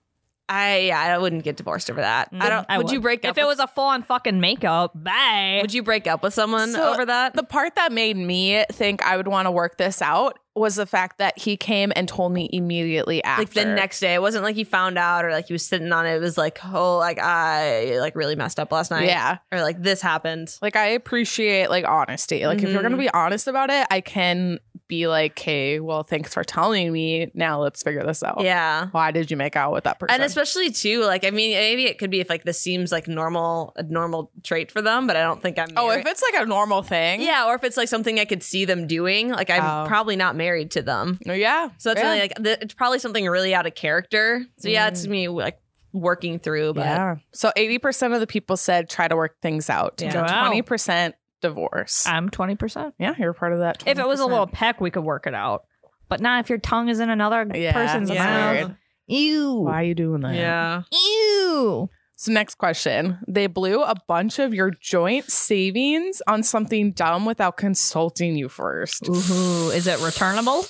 Speaker 2: I yeah, I wouldn't get divorced over that. Mm, I don't.
Speaker 1: I
Speaker 2: would, you break up?
Speaker 1: if it was a full on fucking makeup? Bye.
Speaker 2: would you break up with someone
Speaker 3: So,
Speaker 2: over that?
Speaker 3: The part that made me think I would want to work this out was the fact that he came and told me immediately after.
Speaker 2: like the next day, it wasn't like he found out or like he was sitting on it. It was like, oh, like I like really messed up last night.
Speaker 3: Yeah.
Speaker 2: or like this happened.
Speaker 3: Like I appreciate like honesty. Like if you're
Speaker 2: Mhm.
Speaker 3: gonna be honest about it, I can be like, hey, well, thanks for telling me. Now let's figure this out.
Speaker 2: Yeah.
Speaker 3: Why did you make out with that person?
Speaker 2: And especially too, like I mean, maybe it could be if like this seems like normal, a normal trait for them, but I don't think I'm.
Speaker 3: oh,
Speaker 2: married-
Speaker 3: if it's like a normal thing.
Speaker 2: yeah, or if it's like something I could see them doing, like
Speaker 3: Oh.
Speaker 2: I'm probably not married to them,
Speaker 3: Oh, Yeah.
Speaker 2: so that's
Speaker 3: yeah. Mm.
Speaker 2: really like the, it's probably something really out of character. So yeah, it's me like working through, but
Speaker 3: yeah. So eighty percent of the people said try to work things out. Twenty
Speaker 1: Yeah. Wow.
Speaker 3: percent divorce.
Speaker 1: I'm twenty percent.
Speaker 3: yeah, you're part of that.
Speaker 1: If it was a
Speaker 3: 20%.
Speaker 1: little peck, we could work it out. But not if your tongue is in another
Speaker 3: Yeah,
Speaker 1: person's
Speaker 3: that's
Speaker 1: mouth.
Speaker 3: weird.
Speaker 1: Ew.
Speaker 3: Why are you doing that? [LAUGHS]
Speaker 2: yeah,
Speaker 1: Ew.
Speaker 3: So next question. They blew a bunch of your joint savings on something dumb without consulting you first.
Speaker 1: Ooh, is it returnable?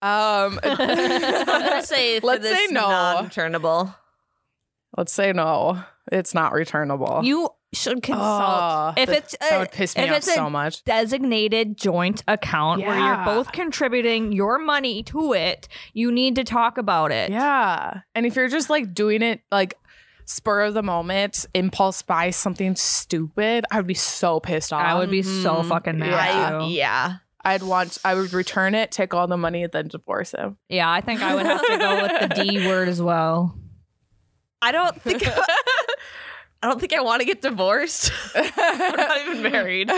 Speaker 3: Um [LAUGHS]
Speaker 2: I'm gonna say for
Speaker 3: Let's
Speaker 2: this
Speaker 3: say no.
Speaker 2: non-turnable.
Speaker 3: Let's say no. It's not returnable.
Speaker 1: You should consult.
Speaker 3: Oh,
Speaker 1: if
Speaker 3: that-
Speaker 1: it's
Speaker 3: that
Speaker 1: a
Speaker 3: would piss me
Speaker 1: if
Speaker 3: off
Speaker 1: it's a-
Speaker 3: so much.
Speaker 1: designated joint account where
Speaker 3: Yeah.
Speaker 1: you're both contributing your money to it, you need to talk about it.
Speaker 3: Yeah. And if you're just like doing it like spur of the moment, impulse buy something stupid, I would be so pissed off.
Speaker 1: I would be so
Speaker 2: Mhm.
Speaker 1: fucking mad.
Speaker 3: Yeah.
Speaker 1: too.
Speaker 2: I,
Speaker 1: Yeah.
Speaker 2: yeah.
Speaker 3: I'd want I would return it, take all the money, and then divorce him.
Speaker 1: I think I would have to go with the
Speaker 3: [LAUGHS]
Speaker 1: D word as well.
Speaker 2: I don't think I don't think I want to get divorced. [LAUGHS] I'm not even
Speaker 3: [LAUGHS]
Speaker 2: married.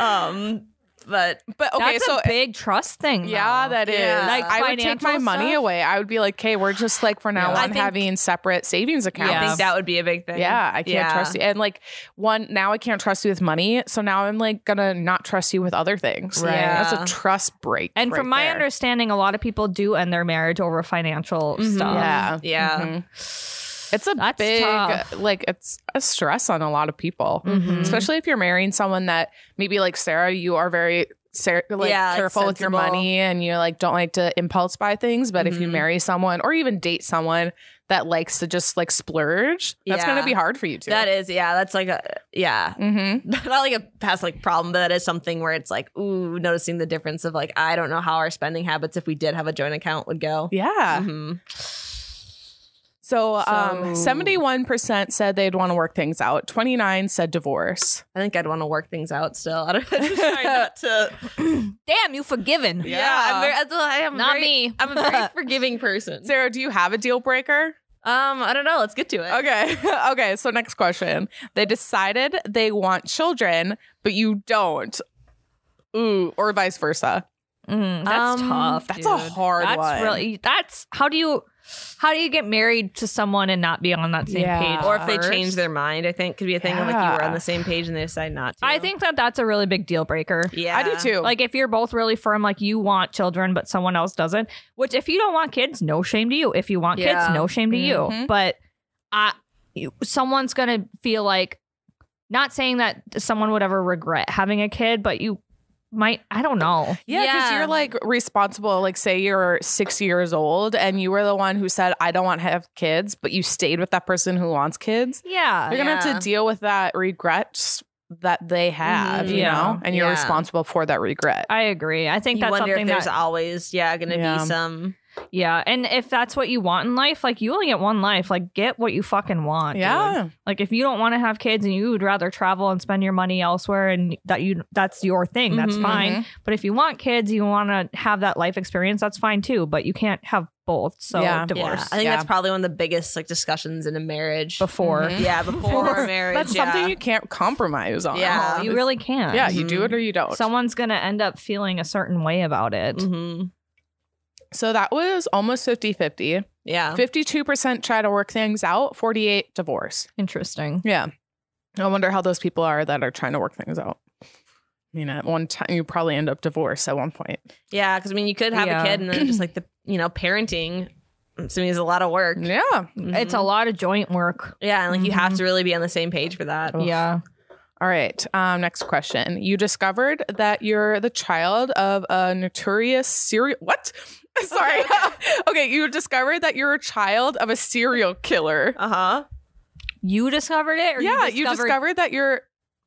Speaker 2: Um, but
Speaker 3: but okay,
Speaker 1: That's
Speaker 3: so
Speaker 1: a big trust thing.
Speaker 3: yeah,
Speaker 1: though.
Speaker 3: that is.
Speaker 2: Yeah. Like
Speaker 3: I would take
Speaker 1: financial
Speaker 3: my money
Speaker 1: stuff?
Speaker 3: away. I would be like, "Okay, we're just like for now
Speaker 1: Yeah.
Speaker 3: on
Speaker 1: I
Speaker 2: think-
Speaker 3: having separate savings accounts."
Speaker 1: Yeah.
Speaker 2: I think that would be a big thing.
Speaker 3: Yeah, I can't trust you. And like one now I can't trust you with money, so now I'm like gonna not trust you with other things.
Speaker 1: Right.
Speaker 3: That's a trust break.
Speaker 1: And from
Speaker 3: right
Speaker 1: my
Speaker 3: there.
Speaker 1: understanding, a lot of people do end their marriage over financial
Speaker 2: Mhm.
Speaker 1: stuff.
Speaker 3: Mm-hmm. Um, Yeah.
Speaker 2: Yeah. Mm-hmm.
Speaker 3: Mhm. It's a
Speaker 1: That's
Speaker 3: big
Speaker 1: tough.
Speaker 3: like it's a stress on a lot of people.
Speaker 2: Mm-hmm.
Speaker 1: Mhm.
Speaker 3: Especially if you're marrying someone that maybe like Sarah, you are very ser- like
Speaker 2: Yeah, like,
Speaker 3: careful with your
Speaker 2: sensible.
Speaker 3: money and you like don't like to impulse buy things, but if you
Speaker 2: Mhm.
Speaker 3: marry someone or even date someone that likes to just like splurge, that's going
Speaker 2: Yeah.
Speaker 3: to be hard for you too.
Speaker 2: That is, yeah, that's like a yeah.
Speaker 3: Mhm.
Speaker 2: [LAUGHS] Not like a past like problem, but that is something where it's like, ooh, noticing the difference of like, I don't know how our spending habits if we did have a joint account would go.
Speaker 3: Yeah.
Speaker 2: Mhm.
Speaker 3: So, um,
Speaker 1: So-
Speaker 3: 71% said they'd want to work things out. 29 said divorce.
Speaker 2: I think I'd want to work things out still. I don't try [LAUGHS] not to.
Speaker 1: Damn, you forgiven.
Speaker 3: Yeah.
Speaker 2: I'm very, I am
Speaker 1: Not
Speaker 2: very-
Speaker 1: me.
Speaker 2: I'm a very forgiving person.
Speaker 3: Sarah, do you have a deal breaker?
Speaker 2: Um, I don't know. Let's get to it.
Speaker 3: Okay. [LAUGHS] okay. So, next question. They decided they want children, but you don't. Ooh, or vice versa.
Speaker 1: Mm, that's
Speaker 2: Um,
Speaker 1: tough.
Speaker 3: That's a
Speaker 1: dude.
Speaker 3: hard
Speaker 1: that's
Speaker 3: one.
Speaker 1: really that's how do you how do you get married to someone and not be on that same
Speaker 3: Yeah.
Speaker 1: page
Speaker 2: or if they
Speaker 1: first?
Speaker 2: change their mind, I think could be a thing of like you were on
Speaker 3: Yeah.
Speaker 2: the same page and they decide not to.
Speaker 1: i think that that's a really big deal breaker
Speaker 2: yeah,
Speaker 3: I do too.
Speaker 1: like if you're both really firm like you want children but someone else doesn't which if you don't want kids no shame to you if you want
Speaker 2: Yeah. Mm-hmm.
Speaker 1: kids no shame to you
Speaker 3: Mhm.
Speaker 1: but i you, someone's gonna feel like not saying that someone would ever regret having a kid but you might i don't know
Speaker 3: Yeah, because
Speaker 2: Yeah.
Speaker 3: you're like responsible. Like, say you're six years old and you were the one who said, I don't want to have kids, but you stayed with that person who wants kids.
Speaker 1: Uh, yeah
Speaker 3: You're gonna have
Speaker 2: Yeah.
Speaker 3: to deal with that regret that they have,
Speaker 2: Mhm.
Speaker 3: you
Speaker 1: Yeah.
Speaker 3: know, and you're
Speaker 2: Yeah.
Speaker 3: responsible for that regret.
Speaker 1: i agree i think
Speaker 2: you
Speaker 1: that's
Speaker 2: wonder
Speaker 1: something
Speaker 2: if
Speaker 1: that
Speaker 2: there's always yeah going to
Speaker 3: Yeah.
Speaker 2: be some
Speaker 1: Yeah, and if that's what you want in life, like you only get one life. Like get what you fucking want. dude.
Speaker 3: yeah,
Speaker 1: Like if you don't want to have kids and you would rather travel and spend your money elsewhere and that you that's your thing, that's
Speaker 2: Mhm.
Speaker 1: fine.
Speaker 3: Mhm.
Speaker 1: But if you want kids, you want to have that life experience, that's fine too, but you can't have both. So
Speaker 3: Yeah.
Speaker 1: divorce
Speaker 2: Yeah, Mm-hmm. I think
Speaker 3: Yeah.
Speaker 2: that's probably one of the biggest like discussions in a marriage.
Speaker 1: before.
Speaker 3: Mhm.
Speaker 2: yeah, before marriage.
Speaker 3: that's
Speaker 2: yeah.
Speaker 3: something you can't compromise on.
Speaker 2: Yeah.
Speaker 1: You really can't.
Speaker 3: yeah, you do it or you don't.
Speaker 1: Someone's going to end up feeling a certain way about it.
Speaker 3: Mm-hmm.
Speaker 2: Mhm.
Speaker 3: so that was almost 50 50.
Speaker 2: Yeah,
Speaker 3: 52% try to work things out, 48 divorce.
Speaker 1: Interesting.
Speaker 3: Yeah. I wonder how those people are that are trying to work things out. I mean, at one time you probably end up divorced at one point.
Speaker 2: Yeah, because I mean, you could have
Speaker 1: Yeah.
Speaker 2: a kid and then just like the you know parenting. I'm assuming is a lot of work. Mm-hmm.
Speaker 3: Yeah,
Speaker 1: It's a Mm-hmm. lot of joint work.
Speaker 2: Yeah, and like you have to really be on the same page for that.
Speaker 1: Yeah.
Speaker 3: All right. Um, next question. You discovered that you're the child of a notorious serial. What? [LAUGHS] Sorry. Okay, You discovered that you're a child of a serial killer.
Speaker 2: Uh huh.
Speaker 1: You discovered it? Or
Speaker 3: yeah.
Speaker 1: you discovered,
Speaker 3: that you're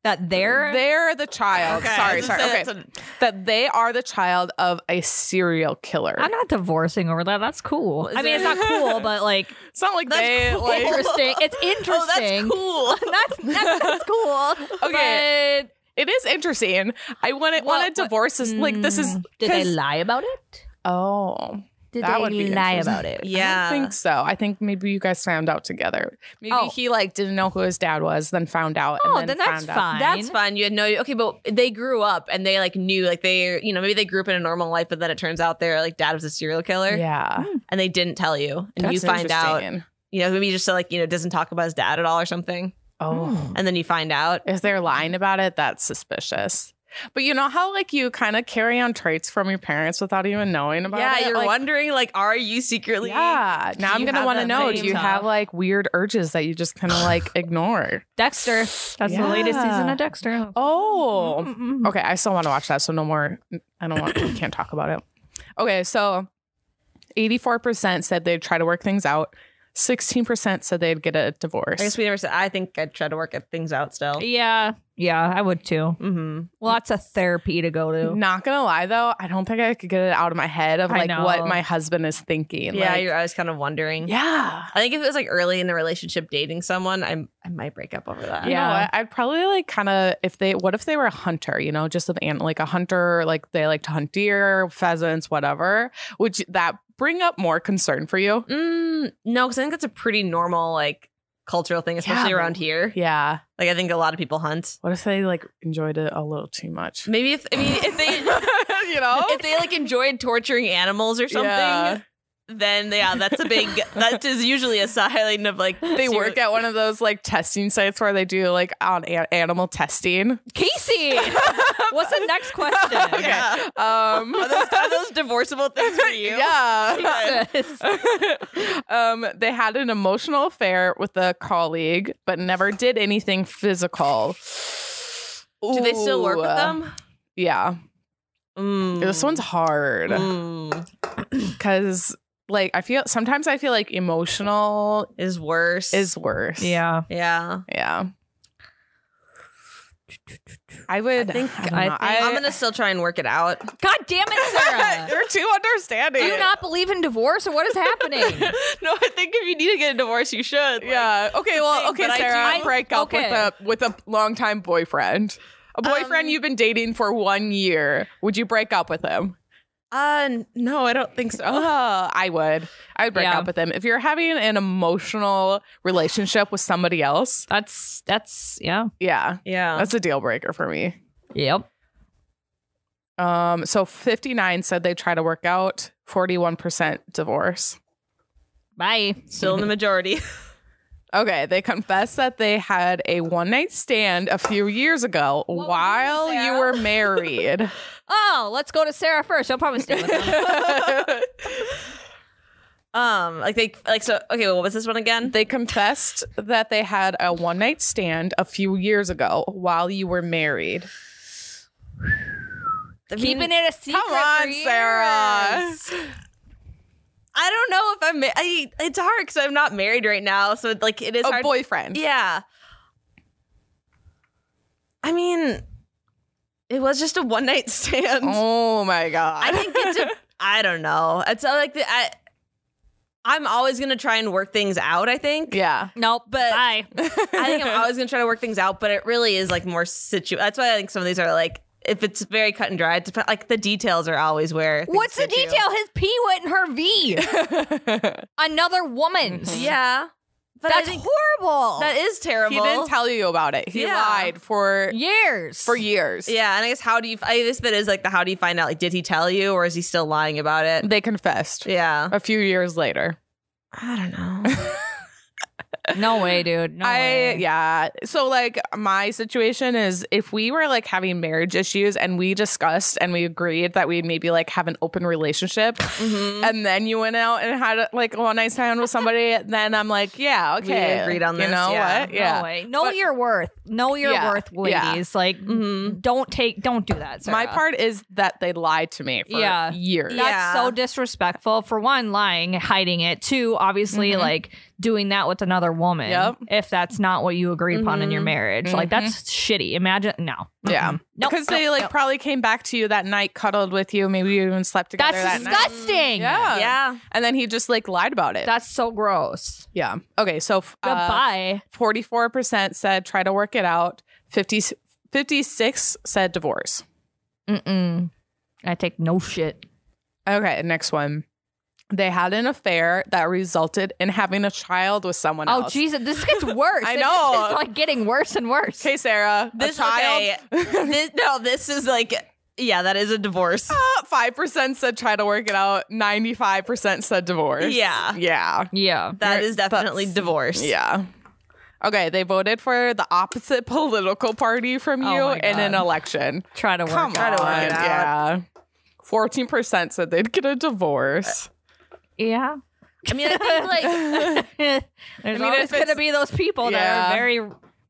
Speaker 1: that they're.
Speaker 3: they're the child. Sorry. Sorry. Okay. that they are the child of a serial killer.
Speaker 1: I'm not divorcing over that. That's cool.
Speaker 2: Is
Speaker 1: I mean, it's
Speaker 2: there-
Speaker 1: not
Speaker 3: [LAUGHS]
Speaker 1: cool, but like
Speaker 3: It's not like
Speaker 2: That's
Speaker 3: they
Speaker 2: cool.
Speaker 3: like.
Speaker 1: interesting. It's interesting.
Speaker 2: Oh, [LAUGHS] that's cool.
Speaker 1: that's, that's, that's cool.
Speaker 3: Okay.
Speaker 1: But
Speaker 3: It is interesting. I want to
Speaker 1: What-
Speaker 3: want to divorce this. Like this is
Speaker 2: mm.
Speaker 1: Did they
Speaker 3: 'cause-
Speaker 1: lie about it?
Speaker 3: Oh.
Speaker 1: Did
Speaker 3: That
Speaker 1: they
Speaker 3: would be
Speaker 1: lie
Speaker 3: interesting.
Speaker 1: about it?
Speaker 3: I
Speaker 2: Yeah.
Speaker 3: don't think so. I think maybe you guys found out together. Maybe
Speaker 1: Oh.
Speaker 3: he like didn't know who his dad was, then found out.
Speaker 1: Oh,
Speaker 3: and
Speaker 1: then that's
Speaker 3: found out.
Speaker 1: fine.
Speaker 2: That's fun. You had no okay, but they grew up and they like knew like they you know maybe they grew up in a normal life, but then it turns out their like dad was a serial killer
Speaker 3: Yeah,
Speaker 2: and they didn't tell you, and
Speaker 3: That's
Speaker 2: Mm, you find out.
Speaker 3: interesting.
Speaker 2: You know, maybe he just like you know doesn't talk about his dad at all or something,
Speaker 3: Oh,
Speaker 2: and then you find out.
Speaker 3: if they're lying about it, that's suspicious. But you know how like you kind of carry on traits from your parents without even knowing about
Speaker 2: yeah,
Speaker 3: it.
Speaker 2: you're
Speaker 3: like,
Speaker 2: wondering like, are you secretly?
Speaker 3: Yeah. Now
Speaker 2: Do
Speaker 3: I'm
Speaker 2: you
Speaker 3: gonna
Speaker 2: have
Speaker 3: want to
Speaker 2: that
Speaker 3: know. Do
Speaker 2: same
Speaker 3: you
Speaker 2: stuff?
Speaker 3: have like weird urges that you just kind
Speaker 2: [SIGHS]
Speaker 3: of like ignore?
Speaker 1: Dexter. That's the latest season of Dexter.
Speaker 3: Oh.
Speaker 1: Mm-mm.
Speaker 3: Okay, I still want to watch that, so no more. I don't want. we can't talk about it. Okay, so eighty-four percent said they'd try to work things out. Sixteen percent said they'd get a divorce.
Speaker 2: I guess we never said. I think I'd try to work at things out still.
Speaker 1: Yeah. Yeah, I would too.
Speaker 2: Mm-hmm.
Speaker 1: Lots of therapy to go to.
Speaker 3: Not gonna lie though, I don't think I could get it out of my head of
Speaker 1: I
Speaker 3: like what
Speaker 1: know.
Speaker 3: my husband is thinking.
Speaker 2: Yeah,
Speaker 3: like,
Speaker 2: you're always kind of wondering.
Speaker 3: yeah.
Speaker 2: I think if it was like early in a relationship dating someone, I I might break up over that.
Speaker 3: You know
Speaker 1: Yeah.
Speaker 3: what? I'd probably like kind of if they what if they were a hunter, you know, just of an like a hunter, like they like to hunt deer, pheasants, whatever. Would you, that bring up more concern for you?
Speaker 2: Mm, no, because I think that's a pretty normal like cultural thing, especially
Speaker 3: Yeah.
Speaker 2: around here.
Speaker 3: Yeah.
Speaker 2: Like I think a lot of people hunt.
Speaker 3: What if they like enjoyed it a little too much?
Speaker 2: Maybe if I mean if [LAUGHS] they
Speaker 3: [LAUGHS] you [LAUGHS] know?
Speaker 2: if they like enjoyed torturing animals or something,
Speaker 3: Yeah.
Speaker 2: then yeah, that's a big that is usually a sign of like
Speaker 3: They work at one of those like testing sites where they do like on a- animal testing. [LAUGHS]
Speaker 1: Casey, [LAUGHS] what's the next question?
Speaker 3: Okay.
Speaker 2: Yeah.
Speaker 3: Um
Speaker 2: Are those, are those divorceable things [LAUGHS] for you?
Speaker 3: [LAUGHS] Yeah. [LAUGHS]
Speaker 1: Jesus.
Speaker 3: um they had an emotional affair with a colleague but never did anything physical.
Speaker 2: Do they still work with
Speaker 3: Ooh.
Speaker 2: them?
Speaker 3: Yeah.
Speaker 2: Mm.
Speaker 3: This one's hard.
Speaker 2: Mm.
Speaker 3: Cause like I feel sometimes I feel like emotional
Speaker 2: is worse.
Speaker 3: is worse.
Speaker 1: yeah.
Speaker 2: yeah.
Speaker 3: Yeah. I would
Speaker 1: I think-
Speaker 3: don't
Speaker 1: I
Speaker 3: know.
Speaker 1: think-
Speaker 3: [LAUGHS]
Speaker 2: I'm gonna still try and work it out.
Speaker 1: God damn it, Sarah.
Speaker 3: You're too understanding.
Speaker 1: Do you not believe in divorce or what is happening?
Speaker 2: [LAUGHS] no, I think if you need to get a divorce, you should.
Speaker 3: yeah. Okay. Well.
Speaker 2: thing,
Speaker 3: Okay,
Speaker 2: but I
Speaker 3: Sarah.
Speaker 2: do-
Speaker 3: break up
Speaker 1: okay. Um,
Speaker 3: with a with a longtime boyfriend. A boyfriend you've been dating for one year. Would you break up with him?
Speaker 2: Uh, no, I don't think so.
Speaker 3: Uh, [LAUGHS] I would. I would break
Speaker 1: Yeah.
Speaker 3: up with him if you're having an emotional relationship with somebody else.
Speaker 1: [LAUGHS] That's that's yeah.
Speaker 3: Yeah,
Speaker 1: Uh.
Speaker 2: Yeah.
Speaker 3: that's a deal breaker for me.
Speaker 1: Yep.
Speaker 3: Um. So 59 said they try to work out. 41 percent divorce.
Speaker 1: Bye. [LAUGHS]
Speaker 2: Still [LAUGHS] in the majority.
Speaker 3: Okay, they confessed that they had a one night stand a few years ago
Speaker 1: were you,
Speaker 3: while you
Speaker 1: Sarah? [LAUGHS]
Speaker 3: were married. [LAUGHS]
Speaker 1: Oh, let's go to Sarah first. She'll probably stay with them.
Speaker 2: Um, like they like so. Okay, well, what was this one again?
Speaker 3: they confessed that they had a one night stand a few years ago while you were married.
Speaker 2: I mean,
Speaker 1: Keeping it a secret.
Speaker 3: Come on,
Speaker 1: for
Speaker 3: Sarah.
Speaker 1: years.
Speaker 2: I don't know if I'm. Ma- I it's hard because I'm not married right now, so it, like it is
Speaker 3: A
Speaker 2: hard.
Speaker 3: boyfriend.
Speaker 2: Yeah. I mean, it was just a one night [LAUGHS] stand.
Speaker 3: Oh my god.
Speaker 2: I didn't get to. I don't know. It's uh, like the, I. I'm always gonna try and work things out. I
Speaker 3: [LAUGHS]
Speaker 2: think.
Speaker 3: yeah.
Speaker 1: Nope.
Speaker 2: But-
Speaker 1: bye.
Speaker 2: I think I'm always gonna try to work things out, but it really is like more situ. That's why I think some of these are like if it's very cut and dry. It's dep- like the details are always where. things
Speaker 1: What's the
Speaker 2: get you.
Speaker 1: detail? His P went in her
Speaker 3: [LAUGHS]
Speaker 1: V. Another woman's.
Speaker 2: Yeah, but
Speaker 1: That's
Speaker 2: I think
Speaker 1: horrible.
Speaker 2: that is terrible.
Speaker 3: He didn't tell you about it. He
Speaker 2: Yeah.
Speaker 3: lied for
Speaker 1: years.
Speaker 3: for years.
Speaker 2: yeah, and I guess how do you? I this bit is like the how do you find out? Like, did he tell you, or is he still lying about it?
Speaker 3: They confessed
Speaker 2: Yeah, [LAUGHS]
Speaker 3: a few years later.
Speaker 2: I don't know.
Speaker 1: No way, dude. No
Speaker 3: I
Speaker 1: way.
Speaker 3: yeah. So like my situation is if we were like having marriage issues and we discussed and we agreed that we'd maybe like have an open relationship
Speaker 2: Mm-hmm.
Speaker 3: Mm-hmm. and then you went out and had like a one night stand with somebody, [LAUGHS] then I'm like, yeah, okay.
Speaker 2: agreed on
Speaker 3: You
Speaker 2: this,
Speaker 3: know
Speaker 2: yeah.
Speaker 3: what?
Speaker 1: No
Speaker 3: Yeah.
Speaker 1: way. Know
Speaker 3: But-
Speaker 1: your worth. Know your
Speaker 3: Yeah,
Speaker 1: worth,
Speaker 3: yeah. Mm-hmm.
Speaker 1: ladies. Like, don't take, don't do that. Sarah.
Speaker 3: My part is that they lied to me for
Speaker 1: Yeah.
Speaker 3: years.
Speaker 1: That's
Speaker 2: Yeah.
Speaker 1: so disrespectful. For one, lying, hiding it. Two, obviously,
Speaker 3: Mm-hmm.
Speaker 1: like doing that with another woman.
Speaker 3: Yep.
Speaker 1: If that's not what you agree upon in your
Speaker 2: Mhm.
Speaker 1: marriage, like
Speaker 3: Mhm.
Speaker 1: that's shitty. Imagine no. Mm-hmm.
Speaker 3: Yeah.
Speaker 1: No.
Speaker 3: Because they like probably came back to you that night, cuddled with you, maybe you even slept together.
Speaker 1: That's
Speaker 3: that night.
Speaker 1: disgusting.
Speaker 3: Yeah.
Speaker 2: yeah.
Speaker 3: And then he just like lied about it.
Speaker 1: That's so gross.
Speaker 3: yeah. Okay. So f- uh,
Speaker 1: Goodbye.
Speaker 3: 44% said try to work it out. 50, 56 said divorce.
Speaker 1: Mm-mm. I take no shit.
Speaker 3: Okay, next one. They had an affair that resulted in having a child with someone
Speaker 1: Oh
Speaker 3: else.
Speaker 1: Jesus, this [LAUGHS] gets worse.
Speaker 3: I
Speaker 1: This
Speaker 3: know.
Speaker 1: is like getting worse and worse.
Speaker 3: Okay, Sarah.
Speaker 2: This
Speaker 3: a child.
Speaker 2: okay. [LAUGHS] this, no, this is like yeah, that is a divorce.
Speaker 3: Uh, Five percent said try to work it out. Ninety-five percent said divorce.
Speaker 2: Yeah.
Speaker 3: yeah,
Speaker 1: Yeah.
Speaker 2: That
Speaker 3: You're-
Speaker 2: is definitely divorce.
Speaker 3: yeah. Okay, they voted for the opposite [LAUGHS] political party from you
Speaker 1: Oh my
Speaker 3: in an
Speaker 1: God.
Speaker 3: election.
Speaker 1: Try to work.
Speaker 3: Come
Speaker 2: Oh Try to work
Speaker 3: on,
Speaker 2: it out.
Speaker 3: yeah. Fourteen percent said they'd get a divorce.
Speaker 1: [LAUGHS] Yeah.
Speaker 2: I mean, I think
Speaker 3: [LAUGHS]
Speaker 2: like
Speaker 1: There's always
Speaker 3: if
Speaker 1: going to
Speaker 3: it's-
Speaker 1: be those people that
Speaker 3: Yeah.
Speaker 1: are very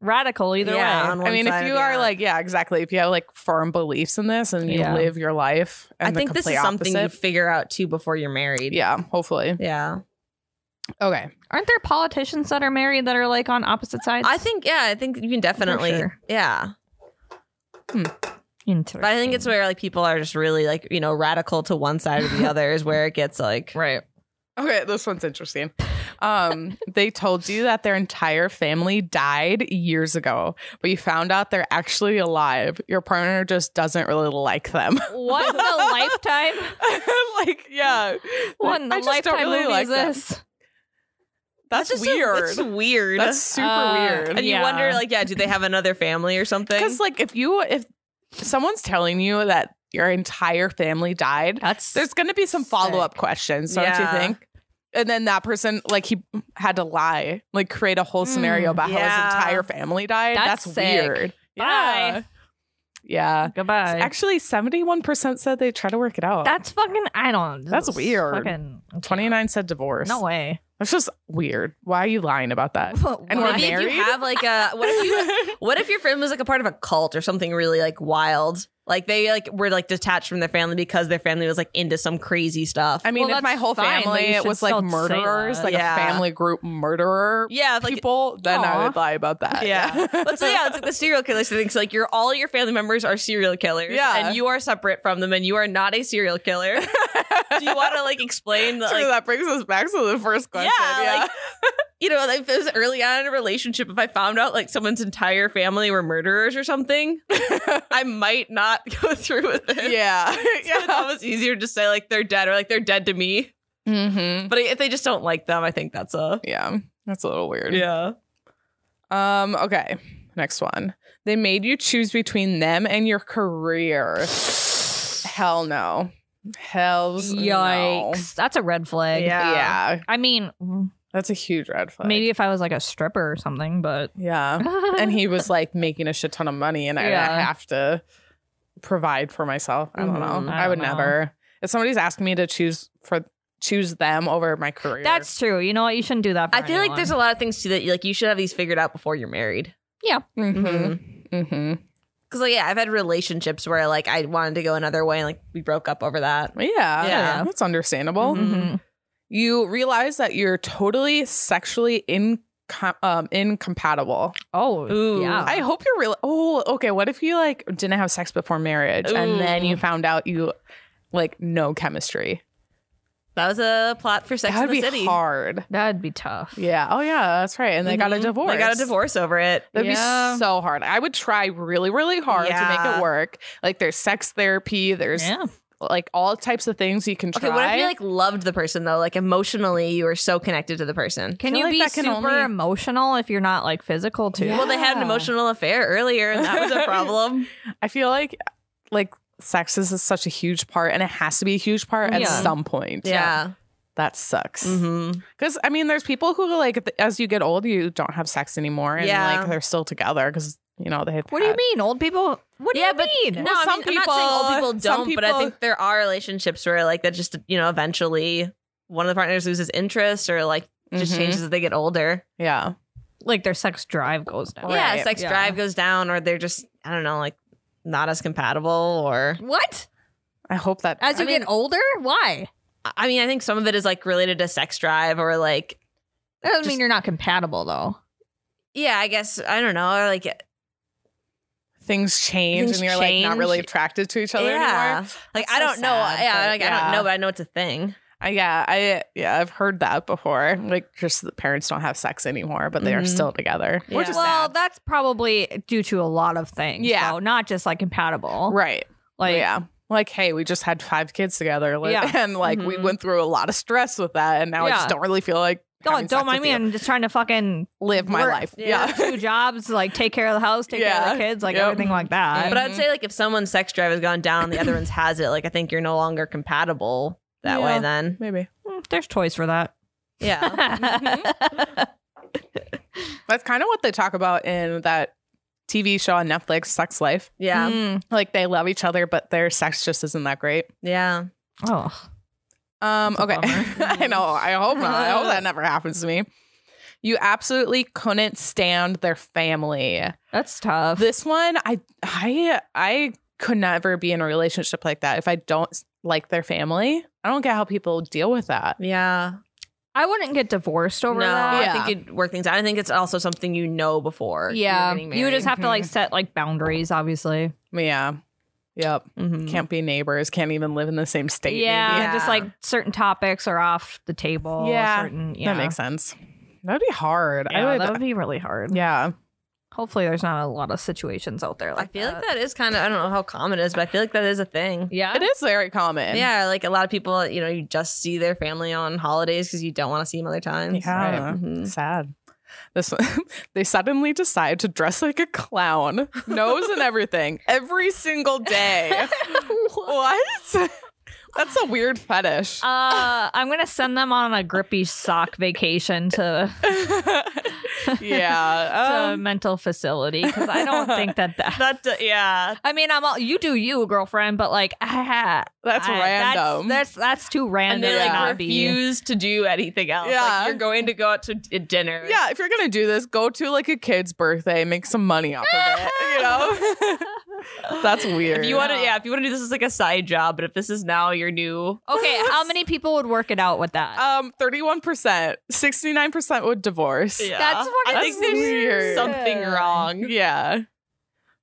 Speaker 1: radical either
Speaker 2: yeah,
Speaker 1: way.
Speaker 2: Uh, on
Speaker 3: I
Speaker 2: one
Speaker 3: mean,
Speaker 2: side
Speaker 3: if
Speaker 2: or
Speaker 3: you
Speaker 2: the
Speaker 3: are
Speaker 2: other.
Speaker 3: like, yeah, exactly. If you have like firm beliefs in this and you
Speaker 1: Yeah.
Speaker 3: live your life, and
Speaker 2: I
Speaker 3: the
Speaker 2: think this is
Speaker 3: complete
Speaker 2: something you
Speaker 3: opposite-
Speaker 2: figure out too before you're married.
Speaker 3: yeah, hopefully.
Speaker 2: Yeah.
Speaker 3: Okay,
Speaker 1: Aren't there politicians that are married that are like on opposite sides?
Speaker 2: I think yeah, I think you can definitely
Speaker 1: sure.
Speaker 2: yeah.
Speaker 1: Interesting.
Speaker 2: But I think it's where like people are just really like, you know, radical to one side or
Speaker 3: [LAUGHS]
Speaker 2: the other is where it gets like
Speaker 1: right.
Speaker 3: okay, this one's interesting. Um, they told you that their entire family died years ago, but you found out they're actually alive. Your partner just doesn't really like them. [LAUGHS]
Speaker 1: What [LAUGHS] the lifetime?
Speaker 3: like, yeah,
Speaker 1: What in the
Speaker 3: I just don't
Speaker 1: lifetime
Speaker 3: really
Speaker 1: movie
Speaker 3: like
Speaker 1: is
Speaker 3: them.
Speaker 1: this?
Speaker 3: That's,
Speaker 2: just a-
Speaker 3: weird.
Speaker 2: it's weird.
Speaker 3: That's super
Speaker 1: Uh,
Speaker 3: weird.
Speaker 2: and
Speaker 1: Yeah.
Speaker 2: you wonder like, yeah, do they have another family or something?
Speaker 3: Because like, if you if someone's telling you that your entire family died,
Speaker 1: That's
Speaker 3: there's going to be some follow up questions, don't you
Speaker 2: Yeah.
Speaker 3: think? And then that person, like, he had to lie, like, create a whole scenario
Speaker 1: Mm,
Speaker 3: about
Speaker 2: yeah.
Speaker 3: how his entire family died.
Speaker 1: That's
Speaker 3: That's,
Speaker 1: sick.
Speaker 3: weird.
Speaker 1: Bye.
Speaker 3: Yeah.
Speaker 1: goodbye.
Speaker 3: Yeah. Actually, 71% said they try to work it out.
Speaker 1: that's fucking. I don't.
Speaker 3: That's
Speaker 1: this is
Speaker 3: weird.
Speaker 1: Fucking
Speaker 3: 29 said divorce.
Speaker 1: No [LAUGHS] way.
Speaker 3: That's just weird. Why are you lying
Speaker 1: [LAUGHS]
Speaker 3: about that? And we're
Speaker 1: Why?
Speaker 2: Maybe if
Speaker 3: married?
Speaker 2: you have like a what
Speaker 3: [LAUGHS]
Speaker 2: if you what if your friend was like a part of a cult or something really like wild? Like they like were like detached from their family because their family was like into some crazy stuff.
Speaker 3: I mean,
Speaker 1: Well,
Speaker 3: if my
Speaker 1: that's
Speaker 3: whole
Speaker 1: fine, but
Speaker 3: family
Speaker 1: you should
Speaker 3: was
Speaker 1: still
Speaker 3: like
Speaker 1: say
Speaker 3: murderers,
Speaker 1: that.
Speaker 3: like
Speaker 2: Yeah.
Speaker 3: a family group murderer
Speaker 2: yeah, like
Speaker 3: people, then I
Speaker 1: Aw.
Speaker 3: would lie about that. [LAUGHS]
Speaker 2: yeah. [LAUGHS] but so yeah, it's like the serial killer thing. So like your all your family members are serial killers.
Speaker 3: Yeah.
Speaker 2: And you are separate from them and you are not a
Speaker 3: [LAUGHS]
Speaker 2: serial killer. Do you wanna like explain that
Speaker 3: True,
Speaker 2: like
Speaker 3: that brings us back to the first question.
Speaker 2: Yeah,
Speaker 3: yeah.
Speaker 2: like, you know, like, if it was early on in a relationship, if I found out like someone's entire family were murderers
Speaker 3: [LAUGHS]
Speaker 2: or something, I might not [LAUGHS] go through with
Speaker 1: [LAUGHS]
Speaker 2: it.
Speaker 3: yeah.
Speaker 2: [LAUGHS] It's almost easier to say like they're dead or like they're dead to me.
Speaker 3: Mm-hmm.
Speaker 2: But if they just don't like them, I think that's a
Speaker 3: Yeah. That's a little weird.
Speaker 2: yeah.
Speaker 3: Um, okay. Next one. They made you choose between them and your career. Hell no. Hells no.
Speaker 1: Yikes. That's a red flag.
Speaker 2: Yeah.
Speaker 3: Yeah.
Speaker 1: I mean,
Speaker 3: That's a huge red flag.
Speaker 1: maybe if I was like a stripper or something, but
Speaker 3: Yeah. [LAUGHS] and he was like making a shit ton of money and I- I
Speaker 1: Yeah.
Speaker 3: have to provide for myself. I don't know.
Speaker 2: Mhm.
Speaker 1: Mm-hmm. I
Speaker 3: I, would
Speaker 1: don't know.
Speaker 3: never. If somebody's asking me to choose for choose them over my career.
Speaker 1: [LAUGHS] that's true. You know what? You shouldn't do that. For
Speaker 2: I feel like
Speaker 1: anyone.
Speaker 2: there's a lot of things too that like you should have these figured out before you're married.
Speaker 3: Mm-hmm. Mm-hmm.
Speaker 2: Cause like yeah, I've had relationships where like I wanted to go another way and like we broke up over that.
Speaker 3: Yeah,
Speaker 2: Yeah. Mm-hmm.
Speaker 3: That's understandable. Mm-hmm.
Speaker 1: Mhm.
Speaker 3: You realize that you're totally sexually in. Um, incompatible.
Speaker 1: Oh,
Speaker 2: Ooh.
Speaker 1: yeah.
Speaker 3: I hope you're real. Oh, okay. What if you like didn't have sex before marriage and then you
Speaker 2: Ooh.
Speaker 3: found out you like no chemistry?
Speaker 2: That was a plot for Sex
Speaker 3: that would
Speaker 2: in the
Speaker 3: be
Speaker 2: City.
Speaker 3: hard.
Speaker 1: That'd be tough.
Speaker 3: Yeah. Oh, yeah. That's right. And they got a
Speaker 2: Mhm.
Speaker 3: divorce.
Speaker 2: They got a divorce over it.
Speaker 3: That'd
Speaker 1: Yeah.
Speaker 3: be so hard. I would try really, really hard to make
Speaker 2: Yeah.
Speaker 3: it work. Like there's sex therapy. There's
Speaker 1: Yeah.
Speaker 3: like all types of things you can try.
Speaker 2: Okay, what if you like loved the person though? Like emotionally, you were so connected to the person.
Speaker 1: Can
Speaker 3: feel
Speaker 1: you
Speaker 3: like
Speaker 1: be
Speaker 3: that can
Speaker 1: super
Speaker 3: only-
Speaker 1: emotional if you're not like physical too?
Speaker 3: Yeah.
Speaker 2: Well, they had an emotional affair earlier, and that
Speaker 3: [LAUGHS]
Speaker 2: was a problem.
Speaker 3: I feel like like sex is such a huge part and it has to be a huge part
Speaker 1: Yeah.
Speaker 3: at some point.
Speaker 2: [LAUGHS] yeah.
Speaker 3: That sucks.
Speaker 2: Mm-hmm.
Speaker 3: Because I mean, there's people who like th- as you get old, you don't have sex anymore, and
Speaker 2: Yeah.
Speaker 3: like they're still together because you know they've.
Speaker 1: What do you
Speaker 3: had-
Speaker 1: mean, old people? What do
Speaker 2: yeah,
Speaker 1: you
Speaker 2: but
Speaker 1: mean?
Speaker 3: Well,
Speaker 2: no, I mean,
Speaker 3: some
Speaker 2: I'm not saying
Speaker 3: people-
Speaker 2: old people
Speaker 3: some
Speaker 2: don't, but I
Speaker 3: people-
Speaker 2: think there are relationships where like that just you know eventually one of the partners loses interest or like just
Speaker 3: Mhm.
Speaker 2: changes as they get older.
Speaker 3: Yeah.
Speaker 1: like their sex drive goes down.
Speaker 3: Yeah.
Speaker 2: Yeah,
Speaker 3: Right,
Speaker 2: sex
Speaker 1: yeah.
Speaker 2: drive goes down, or they're just I don't know, like not as compatible, or
Speaker 1: What?
Speaker 3: I hope that
Speaker 1: As
Speaker 3: I
Speaker 1: you
Speaker 3: mean,
Speaker 1: get older? Why?
Speaker 2: I- I mean, I think some of it is like related to sex drive, or like
Speaker 1: That doesn't
Speaker 2: Just-
Speaker 1: mean you're not compatible though.
Speaker 2: yeah, I guess I don't know, or like
Speaker 3: things change
Speaker 2: Things
Speaker 3: and you're like not really
Speaker 2: change.
Speaker 3: attracted to each other
Speaker 2: yeah,
Speaker 3: anymore.
Speaker 2: like
Speaker 3: That's
Speaker 2: I
Speaker 3: so
Speaker 2: don't know,
Speaker 3: sad,
Speaker 2: yeah,
Speaker 3: but
Speaker 2: like I
Speaker 3: yeah.
Speaker 2: don't know, but I know it's a thing.
Speaker 3: I, yeah, I yeah, I've heard that before. Like just the parents don't have sex anymore, but they are
Speaker 2: Mhm.
Speaker 1: Mm-hmm.
Speaker 3: still together. Which
Speaker 2: Yeah.
Speaker 3: is
Speaker 1: Well,
Speaker 3: sad.
Speaker 1: that's probably due to a lot of things.
Speaker 3: Yeah.
Speaker 1: though, not just like compatible.
Speaker 3: right.
Speaker 1: Like
Speaker 3: yeah. Like, hey, we just had five kids together. Like,
Speaker 1: Oh, Yeah.
Speaker 3: [LAUGHS] And like we
Speaker 2: Mhm.
Speaker 3: went through a lot of stress with that. And now I
Speaker 1: Yeah.
Speaker 3: just don't really feel like
Speaker 1: Oh,
Speaker 3: having
Speaker 1: don't
Speaker 3: sex
Speaker 1: mind
Speaker 3: with
Speaker 1: me.
Speaker 3: you.
Speaker 1: I'm just trying to fucking
Speaker 3: live my
Speaker 1: work-
Speaker 3: life.
Speaker 1: yeah,
Speaker 3: [LAUGHS]
Speaker 1: two jobs, like take care of the house, take care of the
Speaker 3: Yeah.
Speaker 1: kids, like
Speaker 3: Yep.
Speaker 1: everything like that.
Speaker 2: But I'd say like if someone's sex drive has gone down and the other one's has it, like I think you're no longer compatible that
Speaker 3: Yeah.
Speaker 2: way. Then
Speaker 3: Maybe.
Speaker 1: Mm, There's toys for [LAUGHS] that.
Speaker 2: yeah,
Speaker 1: Mm-hmm.
Speaker 3: That's kind of what they talk about in that TV show on Netflix, Sex Life.
Speaker 2: [LAUGHS] yeah,
Speaker 1: Mm.
Speaker 3: Like they love each other, but their sex just isn't that great.
Speaker 2: yeah.
Speaker 1: Oh.
Speaker 3: Um,
Speaker 1: That's a
Speaker 3: okay.
Speaker 1: bummer.
Speaker 3: [LAUGHS] I know. I hope not. I
Speaker 1: [LAUGHS]
Speaker 3: hope that never happens to me. You absolutely couldn't stand their family.
Speaker 1: That's tough.
Speaker 3: This one, I I I could never be in a relationship like that if I don't like their family. I don't get how people deal with that.
Speaker 2: Yeah.
Speaker 1: I wouldn't get divorced over
Speaker 2: no,
Speaker 1: that.
Speaker 3: Yeah.
Speaker 2: I think you'd work things out. I think it's also something you know before.
Speaker 1: Yeah.
Speaker 2: You're
Speaker 1: You would just have to like set like boundaries, obviously.
Speaker 3: Yeah. Yep.
Speaker 2: mm
Speaker 3: Can't be neighbors. Can't even live in the same state. maybe.
Speaker 1: yeah,
Speaker 2: Yeah.
Speaker 1: Just like certain topics are off the table.
Speaker 3: Yeah.
Speaker 1: Certain, yeah.
Speaker 3: That makes sense. That'd be hard.
Speaker 1: Yeah,
Speaker 3: I would,
Speaker 1: that would be really hard.
Speaker 3: yeah.
Speaker 1: Hopefully, there's not a lot of situations out there
Speaker 2: I
Speaker 1: like
Speaker 2: feel
Speaker 1: that.
Speaker 2: like that is kind of, I don't know how common it is, but I feel like that is a thing.
Speaker 1: Yeah.
Speaker 3: It is very common.
Speaker 2: Yeah. Like a lot of people, you know, you just see their family on holidays because you don't want to see them other times.
Speaker 3: Yeah.
Speaker 2: Right. Mhm.
Speaker 3: Sad. This one, [LAUGHS] they suddenly decide to dress like a clown, nose and everything, every single day. [LAUGHS] what? That's a weird fetish.
Speaker 1: Uh, I'm gonna send them on a grippy sock vacation to, to
Speaker 3: yeah.
Speaker 1: a
Speaker 3: um,
Speaker 1: mental facility because I don't think
Speaker 3: [LAUGHS]
Speaker 1: that that.
Speaker 2: That, d- yeah.
Speaker 1: I mean, I'm all you do you, girlfriend, but like ah,
Speaker 3: that's
Speaker 1: I-
Speaker 3: random.
Speaker 1: That's that's, that's too
Speaker 2: And
Speaker 1: random.
Speaker 2: they
Speaker 1: to
Speaker 2: like
Speaker 1: not be.
Speaker 2: refuse to do anything else.
Speaker 3: Yeah.
Speaker 2: Like you're going to go out to d- dinner.
Speaker 3: yeah, if you're gonna do this, go to like a kid's birthday, make some money off of it. You know, [LAUGHS] that's weird.
Speaker 2: If you want to,
Speaker 1: Yeah.
Speaker 2: yeah, if you want to do this as like a side job, but if this is now your new,
Speaker 1: Okay, how many people would work it out with that?
Speaker 3: Um, thirty-one percent, sixty-nine percent would divorce.
Speaker 2: Yeah.
Speaker 1: That's fucking
Speaker 2: I think there's
Speaker 3: weird.
Speaker 2: something wrong.
Speaker 3: Yeah.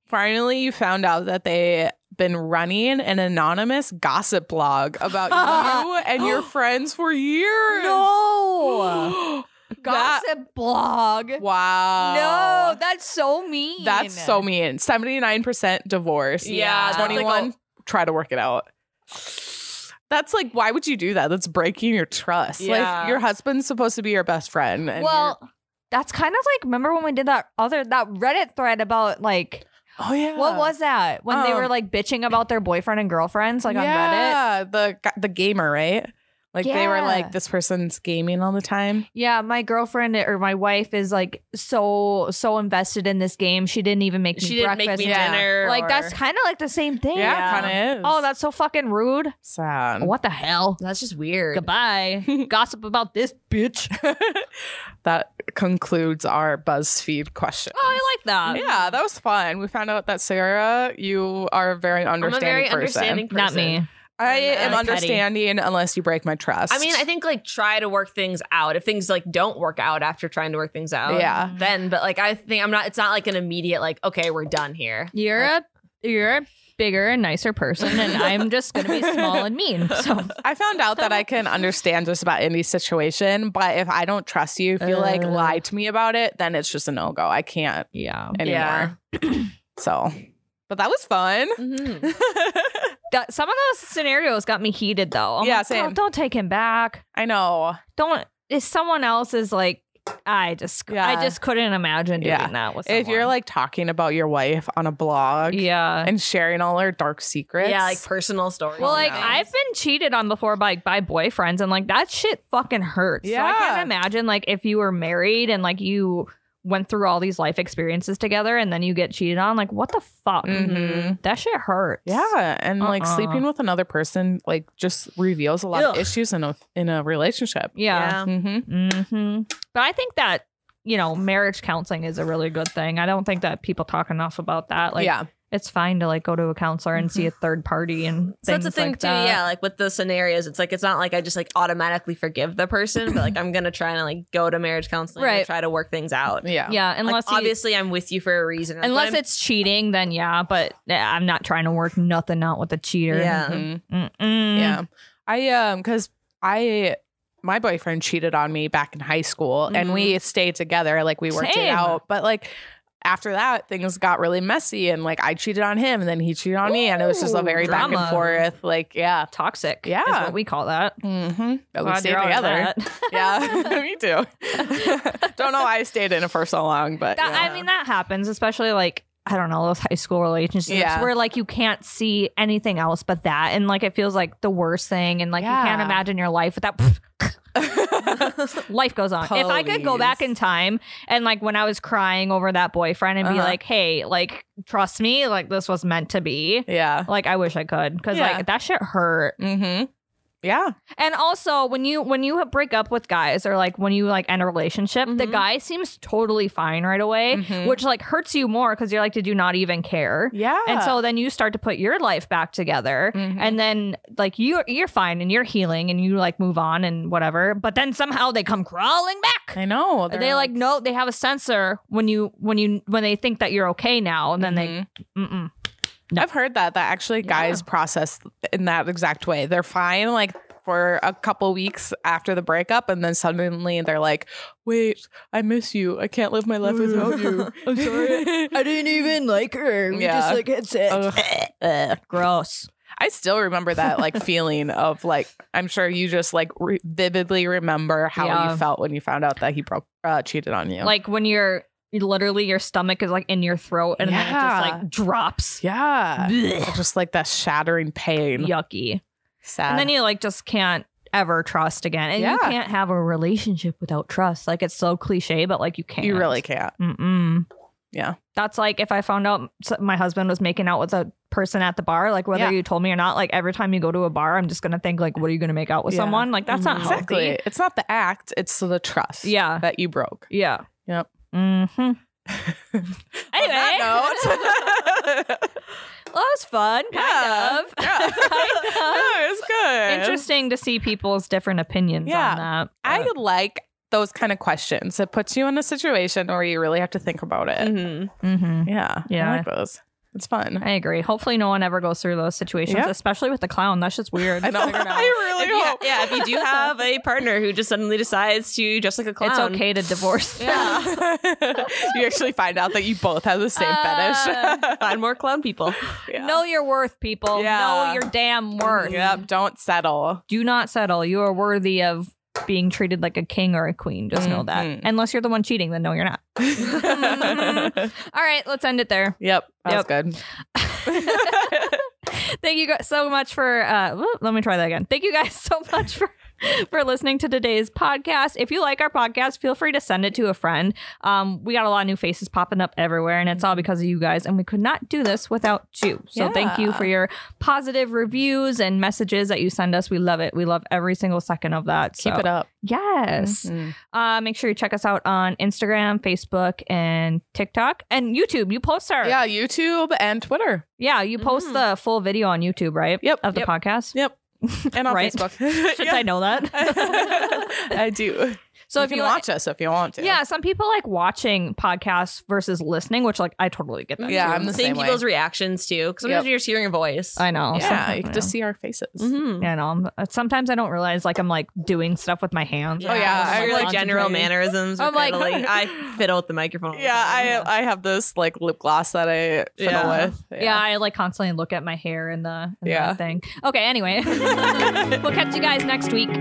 Speaker 3: Finally, you found out that they been running an anonymous gossip blog about you and your friends for years.
Speaker 1: no, [GASPS]
Speaker 3: That-
Speaker 1: gossip blog.
Speaker 3: wow.
Speaker 1: No, that's so mean.
Speaker 3: That's so mean. 79% divorce.
Speaker 2: Yeah,
Speaker 1: that's like a-
Speaker 3: 21 try to work it out. That's like why would you do that? That's breaking your trust.
Speaker 2: Yeah.
Speaker 3: Like your husband's supposed to be your best friend. and
Speaker 1: Well, that's kind of like remember when we did that other that Reddit thread about like
Speaker 3: you're- oh yeah.
Speaker 1: what was that when they
Speaker 3: Um,
Speaker 1: were like bitching about their boyfriend and girlfriends like on Reddit?
Speaker 3: yeah, the g- the gamer, right? Like they were
Speaker 1: Yeah.
Speaker 3: like, this person's gaming all the time.
Speaker 1: Yeah, my girlfriend or my wife is like so so invested in this game. She didn't even make me
Speaker 2: She didn't
Speaker 1: breakfast.
Speaker 2: make me
Speaker 3: Yeah.
Speaker 2: dinner.
Speaker 1: like
Speaker 2: or-
Speaker 1: that's kind of like the same thing.
Speaker 2: Yeah.
Speaker 3: kind of is.
Speaker 1: Oh, that's so fucking rude.
Speaker 3: sad.
Speaker 1: What the hell?
Speaker 2: that's just
Speaker 1: [LAUGHS]
Speaker 2: weird.
Speaker 1: Goodbye. Gossip about this [LAUGHS] bitch.
Speaker 3: That concludes our BuzzFeed question.
Speaker 1: Oh, I like that.
Speaker 3: yeah, that was fun. We found out that Sarah, you are a very
Speaker 2: I'm a
Speaker 3: understanding
Speaker 2: very
Speaker 3: person.
Speaker 2: understanding
Speaker 1: [LAUGHS]
Speaker 2: person.
Speaker 1: Not me.
Speaker 3: I
Speaker 2: I'm
Speaker 3: am
Speaker 2: petty.
Speaker 3: understanding unless you break my trust.
Speaker 2: I mean, I think like try to work things out. If things like don't work out after trying to work things out,
Speaker 3: Yeah.
Speaker 2: then. But like, I think I'm not. It's not like an immediate like, okay, we're done here.
Speaker 1: You're a you're a bigger and nicer person, and I'm just gonna be [LAUGHS] small and mean. So
Speaker 3: I found out that I
Speaker 2: [LAUGHS]
Speaker 3: can understand just about any situation, but if I don't trust you, if you like
Speaker 1: Uh.
Speaker 3: lie to me about it, then it's just a no go. I can't
Speaker 1: yeah,
Speaker 3: anymore. [CLEARS THROAT] So, but that was fun.
Speaker 2: Mhm.
Speaker 1: That- some of those scenarios got me heated though. I'm
Speaker 3: Yeah,
Speaker 1: like,
Speaker 3: same.
Speaker 1: Don't, don't take him back.
Speaker 3: I know.
Speaker 1: Don't. If someone else is like I just I
Speaker 3: Yeah.
Speaker 1: just couldn't imagine doing
Speaker 3: Yeah.
Speaker 1: that with
Speaker 3: If you're
Speaker 1: someone.
Speaker 3: like talking about your wife on a blog
Speaker 1: yeah.
Speaker 3: and sharing all her dark secrets,
Speaker 2: yeah, like personal stories.
Speaker 1: Well, like
Speaker 2: and things.
Speaker 1: I've been cheated on before by by boyfriends, and like that shit fucking hurts. So I
Speaker 3: Yeah.
Speaker 1: can't imagine like if you were married and like you went through all these life experiences together, and then you get cheated on. Like what the fuck?
Speaker 3: Mhm.
Speaker 1: That shit hurts.
Speaker 3: yeah, and like
Speaker 1: Uh-uh.
Speaker 3: sleeping with another person like just reveals a lot of
Speaker 2: Ugh.
Speaker 3: issues in a in a relationship.
Speaker 1: Yeah.
Speaker 3: hmm
Speaker 1: hmm But I think that you know marriage counseling is a really good thing. I don't think that people talk enough about that. Like
Speaker 3: yeah,
Speaker 1: it's fine to like go to a counselor and see a third party and
Speaker 2: Mm-hmm. So that's the
Speaker 1: things
Speaker 2: thing
Speaker 1: like
Speaker 2: too,
Speaker 1: that.
Speaker 2: yeah. Like with the scenarios, it's like it's not like I just like automatically forgive the person, but like I'm gonna try and like go to marriage counseling
Speaker 1: Right.
Speaker 2: and try to work things out.
Speaker 3: yeah,
Speaker 1: Yeah, unless
Speaker 2: Unless
Speaker 1: you-
Speaker 2: obviously I'm with you for a reason. Like,
Speaker 1: Unless
Speaker 2: when I'm-
Speaker 1: it's cheating, then yeah, but eh, I'm not trying to work nothing out with a cheater.
Speaker 2: Yeah.
Speaker 3: Mhm.
Speaker 1: Mm-mm.
Speaker 3: yeah. I um, because I my boyfriend cheated on me back in high school, and
Speaker 2: Mhm.
Speaker 3: we stayed together. Like we worked it
Speaker 1: Mm-hmm. Same.
Speaker 3: out, but like. After that, things got really messy, and like I cheated on him, and then he cheated on me, and it was just a
Speaker 1: Ooh,
Speaker 3: very back and
Speaker 1: drama.
Speaker 3: forth. Like, yeah,
Speaker 1: Toxic.
Speaker 3: Yeah.
Speaker 1: Is what we call that.
Speaker 3: mm-hmm. but we
Speaker 1: Glad
Speaker 3: stayed
Speaker 1: you're out of
Speaker 3: together.
Speaker 1: that.
Speaker 3: [LAUGHS] yeah, me
Speaker 1: [LAUGHS]
Speaker 3: too. Don't know why I stayed in it for so long, but
Speaker 1: That-
Speaker 3: yeah.
Speaker 1: I mean, that happens, especially like, I don't know, those high school relationships
Speaker 3: Yeah.
Speaker 1: where like you can't see anything else but that. And like it feels like the worst thing. And like you can't
Speaker 3: Yeah.
Speaker 1: imagine your life without. [LAUGHS] Life goes on. If I could go back
Speaker 3: Please.
Speaker 1: in time and like when I was crying over that boyfriend and be
Speaker 3: Uh-huh.
Speaker 1: like, hey, like, trust me, like this was meant to be.
Speaker 3: [LAUGHS] yeah.
Speaker 1: Like I wish I could because
Speaker 3: Yeah.
Speaker 1: like that shit hurt.
Speaker 3: Mm-hmm. Yeah.
Speaker 1: And also, when you when you break up with guys or like when you like end a relationship, the
Speaker 3: Mhm.
Speaker 1: guy seems totally fine right away,
Speaker 3: Mhm.
Speaker 1: which like hurts you more because you're like, did you not even care?
Speaker 3: Yeah.
Speaker 1: And so then you start to put your life back together,
Speaker 3: Mhm.
Speaker 1: and then like you are you're fine and you're healing and you like move on and whatever. But then somehow they come crawling back.
Speaker 3: I know.
Speaker 1: They like no, they have a sensor when you when you when they think that you're okay now, and then
Speaker 3: Mhm.
Speaker 1: they mm-mm.
Speaker 3: I've heard that that actually guys process in that exact way. They're fine like for a couple weeks after the breakup and then suddenly they're like, "Wait, I miss you. I can't live my life without
Speaker 1: [LAUGHS]
Speaker 3: you. I'm sorry."
Speaker 1: I didn't even like her.
Speaker 3: We just, Yeah. like,
Speaker 1: had sex.
Speaker 3: Ugh.
Speaker 1: Gross.
Speaker 3: [LAUGHS] I still remember that like feeling of like I'm sure you just like re- vividly remember how
Speaker 1: Yeah.
Speaker 3: you felt when you found out that he broke uh, cheated on you.
Speaker 1: like when you're literally your stomach is like in your throat and then it just
Speaker 3: Yeah.
Speaker 1: like drops [LAUGHS]
Speaker 3: yeah,
Speaker 1: Blech.
Speaker 3: just like that shattering pain.
Speaker 1: yucky
Speaker 3: Sad.
Speaker 1: and then you like just can't ever trust again and you
Speaker 3: Yeah.
Speaker 1: can't have a relationship without trust like it's so cliche but like you can't
Speaker 3: you really can't.
Speaker 1: Mm-mm.
Speaker 3: Yeah.
Speaker 1: that's like if i found out s- my husband was making out with a person at the bar like whether
Speaker 3: Yeah.
Speaker 1: you told me or not like every time you go to a bar i'm just gonna think like what are you gonna make out with
Speaker 3: Yeah. Mm-hmm.
Speaker 1: someone like that's not
Speaker 2: Mhm.
Speaker 3: Exactly.
Speaker 1: healthy
Speaker 3: It's not the act, it's the trust.
Speaker 1: Yeah.
Speaker 3: That you broke.
Speaker 1: yeah
Speaker 3: Yep. [LAUGHS]
Speaker 1: mm-hmm anyway
Speaker 3: On that [LAUGHS]
Speaker 1: Well,
Speaker 3: note.
Speaker 1: [LAUGHS] that was fun, kind
Speaker 3: Yeah. [LAUGHS]
Speaker 1: of.
Speaker 3: Yeah.
Speaker 1: [LAUGHS] Kind
Speaker 3: no, it's
Speaker 1: of.
Speaker 3: good.
Speaker 1: Interesting to see people's different opinions
Speaker 3: Yeah.
Speaker 1: on that.
Speaker 3: I like those kind of questions. It puts you in a situation where you really have to think about it.
Speaker 1: [LAUGHS]
Speaker 2: Mhm.
Speaker 1: hmm
Speaker 3: Mm-hmm. Yeah.
Speaker 1: Yeah.
Speaker 3: I like those. It's fun.
Speaker 1: I agree. Hopefully, no one ever goes through those situations,
Speaker 3: Yeah.
Speaker 1: especially with the clown. That's just weird.
Speaker 3: I know. [LAUGHS] I
Speaker 2: If
Speaker 3: really
Speaker 2: you ha-
Speaker 3: hope.
Speaker 2: yeah, if you
Speaker 1: [LAUGHS]
Speaker 2: do have a partner who just suddenly decides to dress like a clown,
Speaker 1: It's okay to
Speaker 3: [LAUGHS]
Speaker 1: divorce.
Speaker 2: Yeah.
Speaker 3: you actually find out that you both have the same
Speaker 1: Uh,
Speaker 3: fetish.
Speaker 2: Find more clown people.
Speaker 3: [LAUGHS] Yeah.
Speaker 1: Know your worth, people.
Speaker 3: Yeah.
Speaker 1: Know your damn worth.
Speaker 3: Yep. Don't settle.
Speaker 1: Do not settle. You are worthy of being treated like a king or a queen. Just know that.
Speaker 3: Mhm.
Speaker 1: Unless you're the one cheating, then no,
Speaker 3: [LAUGHS]
Speaker 1: you're not. [LAUGHS] Mhm. All right, let's end it there.
Speaker 3: Yep.
Speaker 1: Yep.
Speaker 3: That was good.
Speaker 1: Thank you guys so much for uh whoop, let me try that again. Thank you guys [LAUGHS] so much for for listening to today's podcast. If you like our podcast, feel free to send it to a friend. Um, we got a lot of new faces popping up everywhere, and it's all because of you guys. And we could not do this without you. So thank you
Speaker 3: Yeah.
Speaker 1: for your positive reviews and messages that you send us. We love it. We love every single second of that.
Speaker 3: Keep
Speaker 1: so.
Speaker 3: it up.
Speaker 1: Yes.
Speaker 3: Mhm.
Speaker 1: Uh, make sure you check us out on Instagram, Facebook, and TikTok, and YouTube. You post our
Speaker 3: Yeah, YouTube and Twitter.
Speaker 1: yeah, you post
Speaker 2: Mhm.
Speaker 1: the full video on YouTube, right?
Speaker 3: Yep.
Speaker 1: Of the
Speaker 3: Yep.
Speaker 1: podcast.
Speaker 3: Yep. [LAUGHS] And on
Speaker 1: Right.
Speaker 3: [LAUGHS] Facebook.
Speaker 1: Should I know
Speaker 3: [LAUGHS]
Speaker 1: that?
Speaker 3: I do.
Speaker 1: so
Speaker 3: you
Speaker 1: if
Speaker 3: can
Speaker 1: you
Speaker 3: watch us if you want to.
Speaker 1: yeah, some people like watching podcasts versus listening, which like I totally get that.
Speaker 3: Yeah,
Speaker 1: too.
Speaker 3: I'm the
Speaker 2: Seeing
Speaker 3: same way.
Speaker 2: people's reactions too, because sometimes
Speaker 3: Yep.
Speaker 2: you're just hearing your voice.
Speaker 1: I know.
Speaker 3: Yeah, Mm-hmm.
Speaker 1: sometimes-
Speaker 3: you can just see our faces.
Speaker 2: Mhm.
Speaker 1: Yeah, I know. I'm- uh, Sometimes I don't realize like I'm like doing stuff with my hands.
Speaker 3: Oh,
Speaker 1: I'm,
Speaker 3: yeah, I
Speaker 2: Or, like
Speaker 1: concentrating.
Speaker 2: general mannerisms. Or
Speaker 1: I'm like-
Speaker 2: fiddling.
Speaker 1: [LAUGHS]
Speaker 2: I fiddle with the microphone. all the
Speaker 3: Yeah,
Speaker 2: time.
Speaker 3: I I have this like lip gloss that I fiddle
Speaker 2: Yeah.
Speaker 3: with.
Speaker 1: Yeah. I like constantly look at my hair and the and
Speaker 3: Yeah.
Speaker 1: that thing. [LAUGHS] Okay, anyway, we'll catch you guys next week.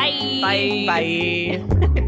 Speaker 1: Bye.
Speaker 2: Bye.
Speaker 3: Bye.
Speaker 1: Bye.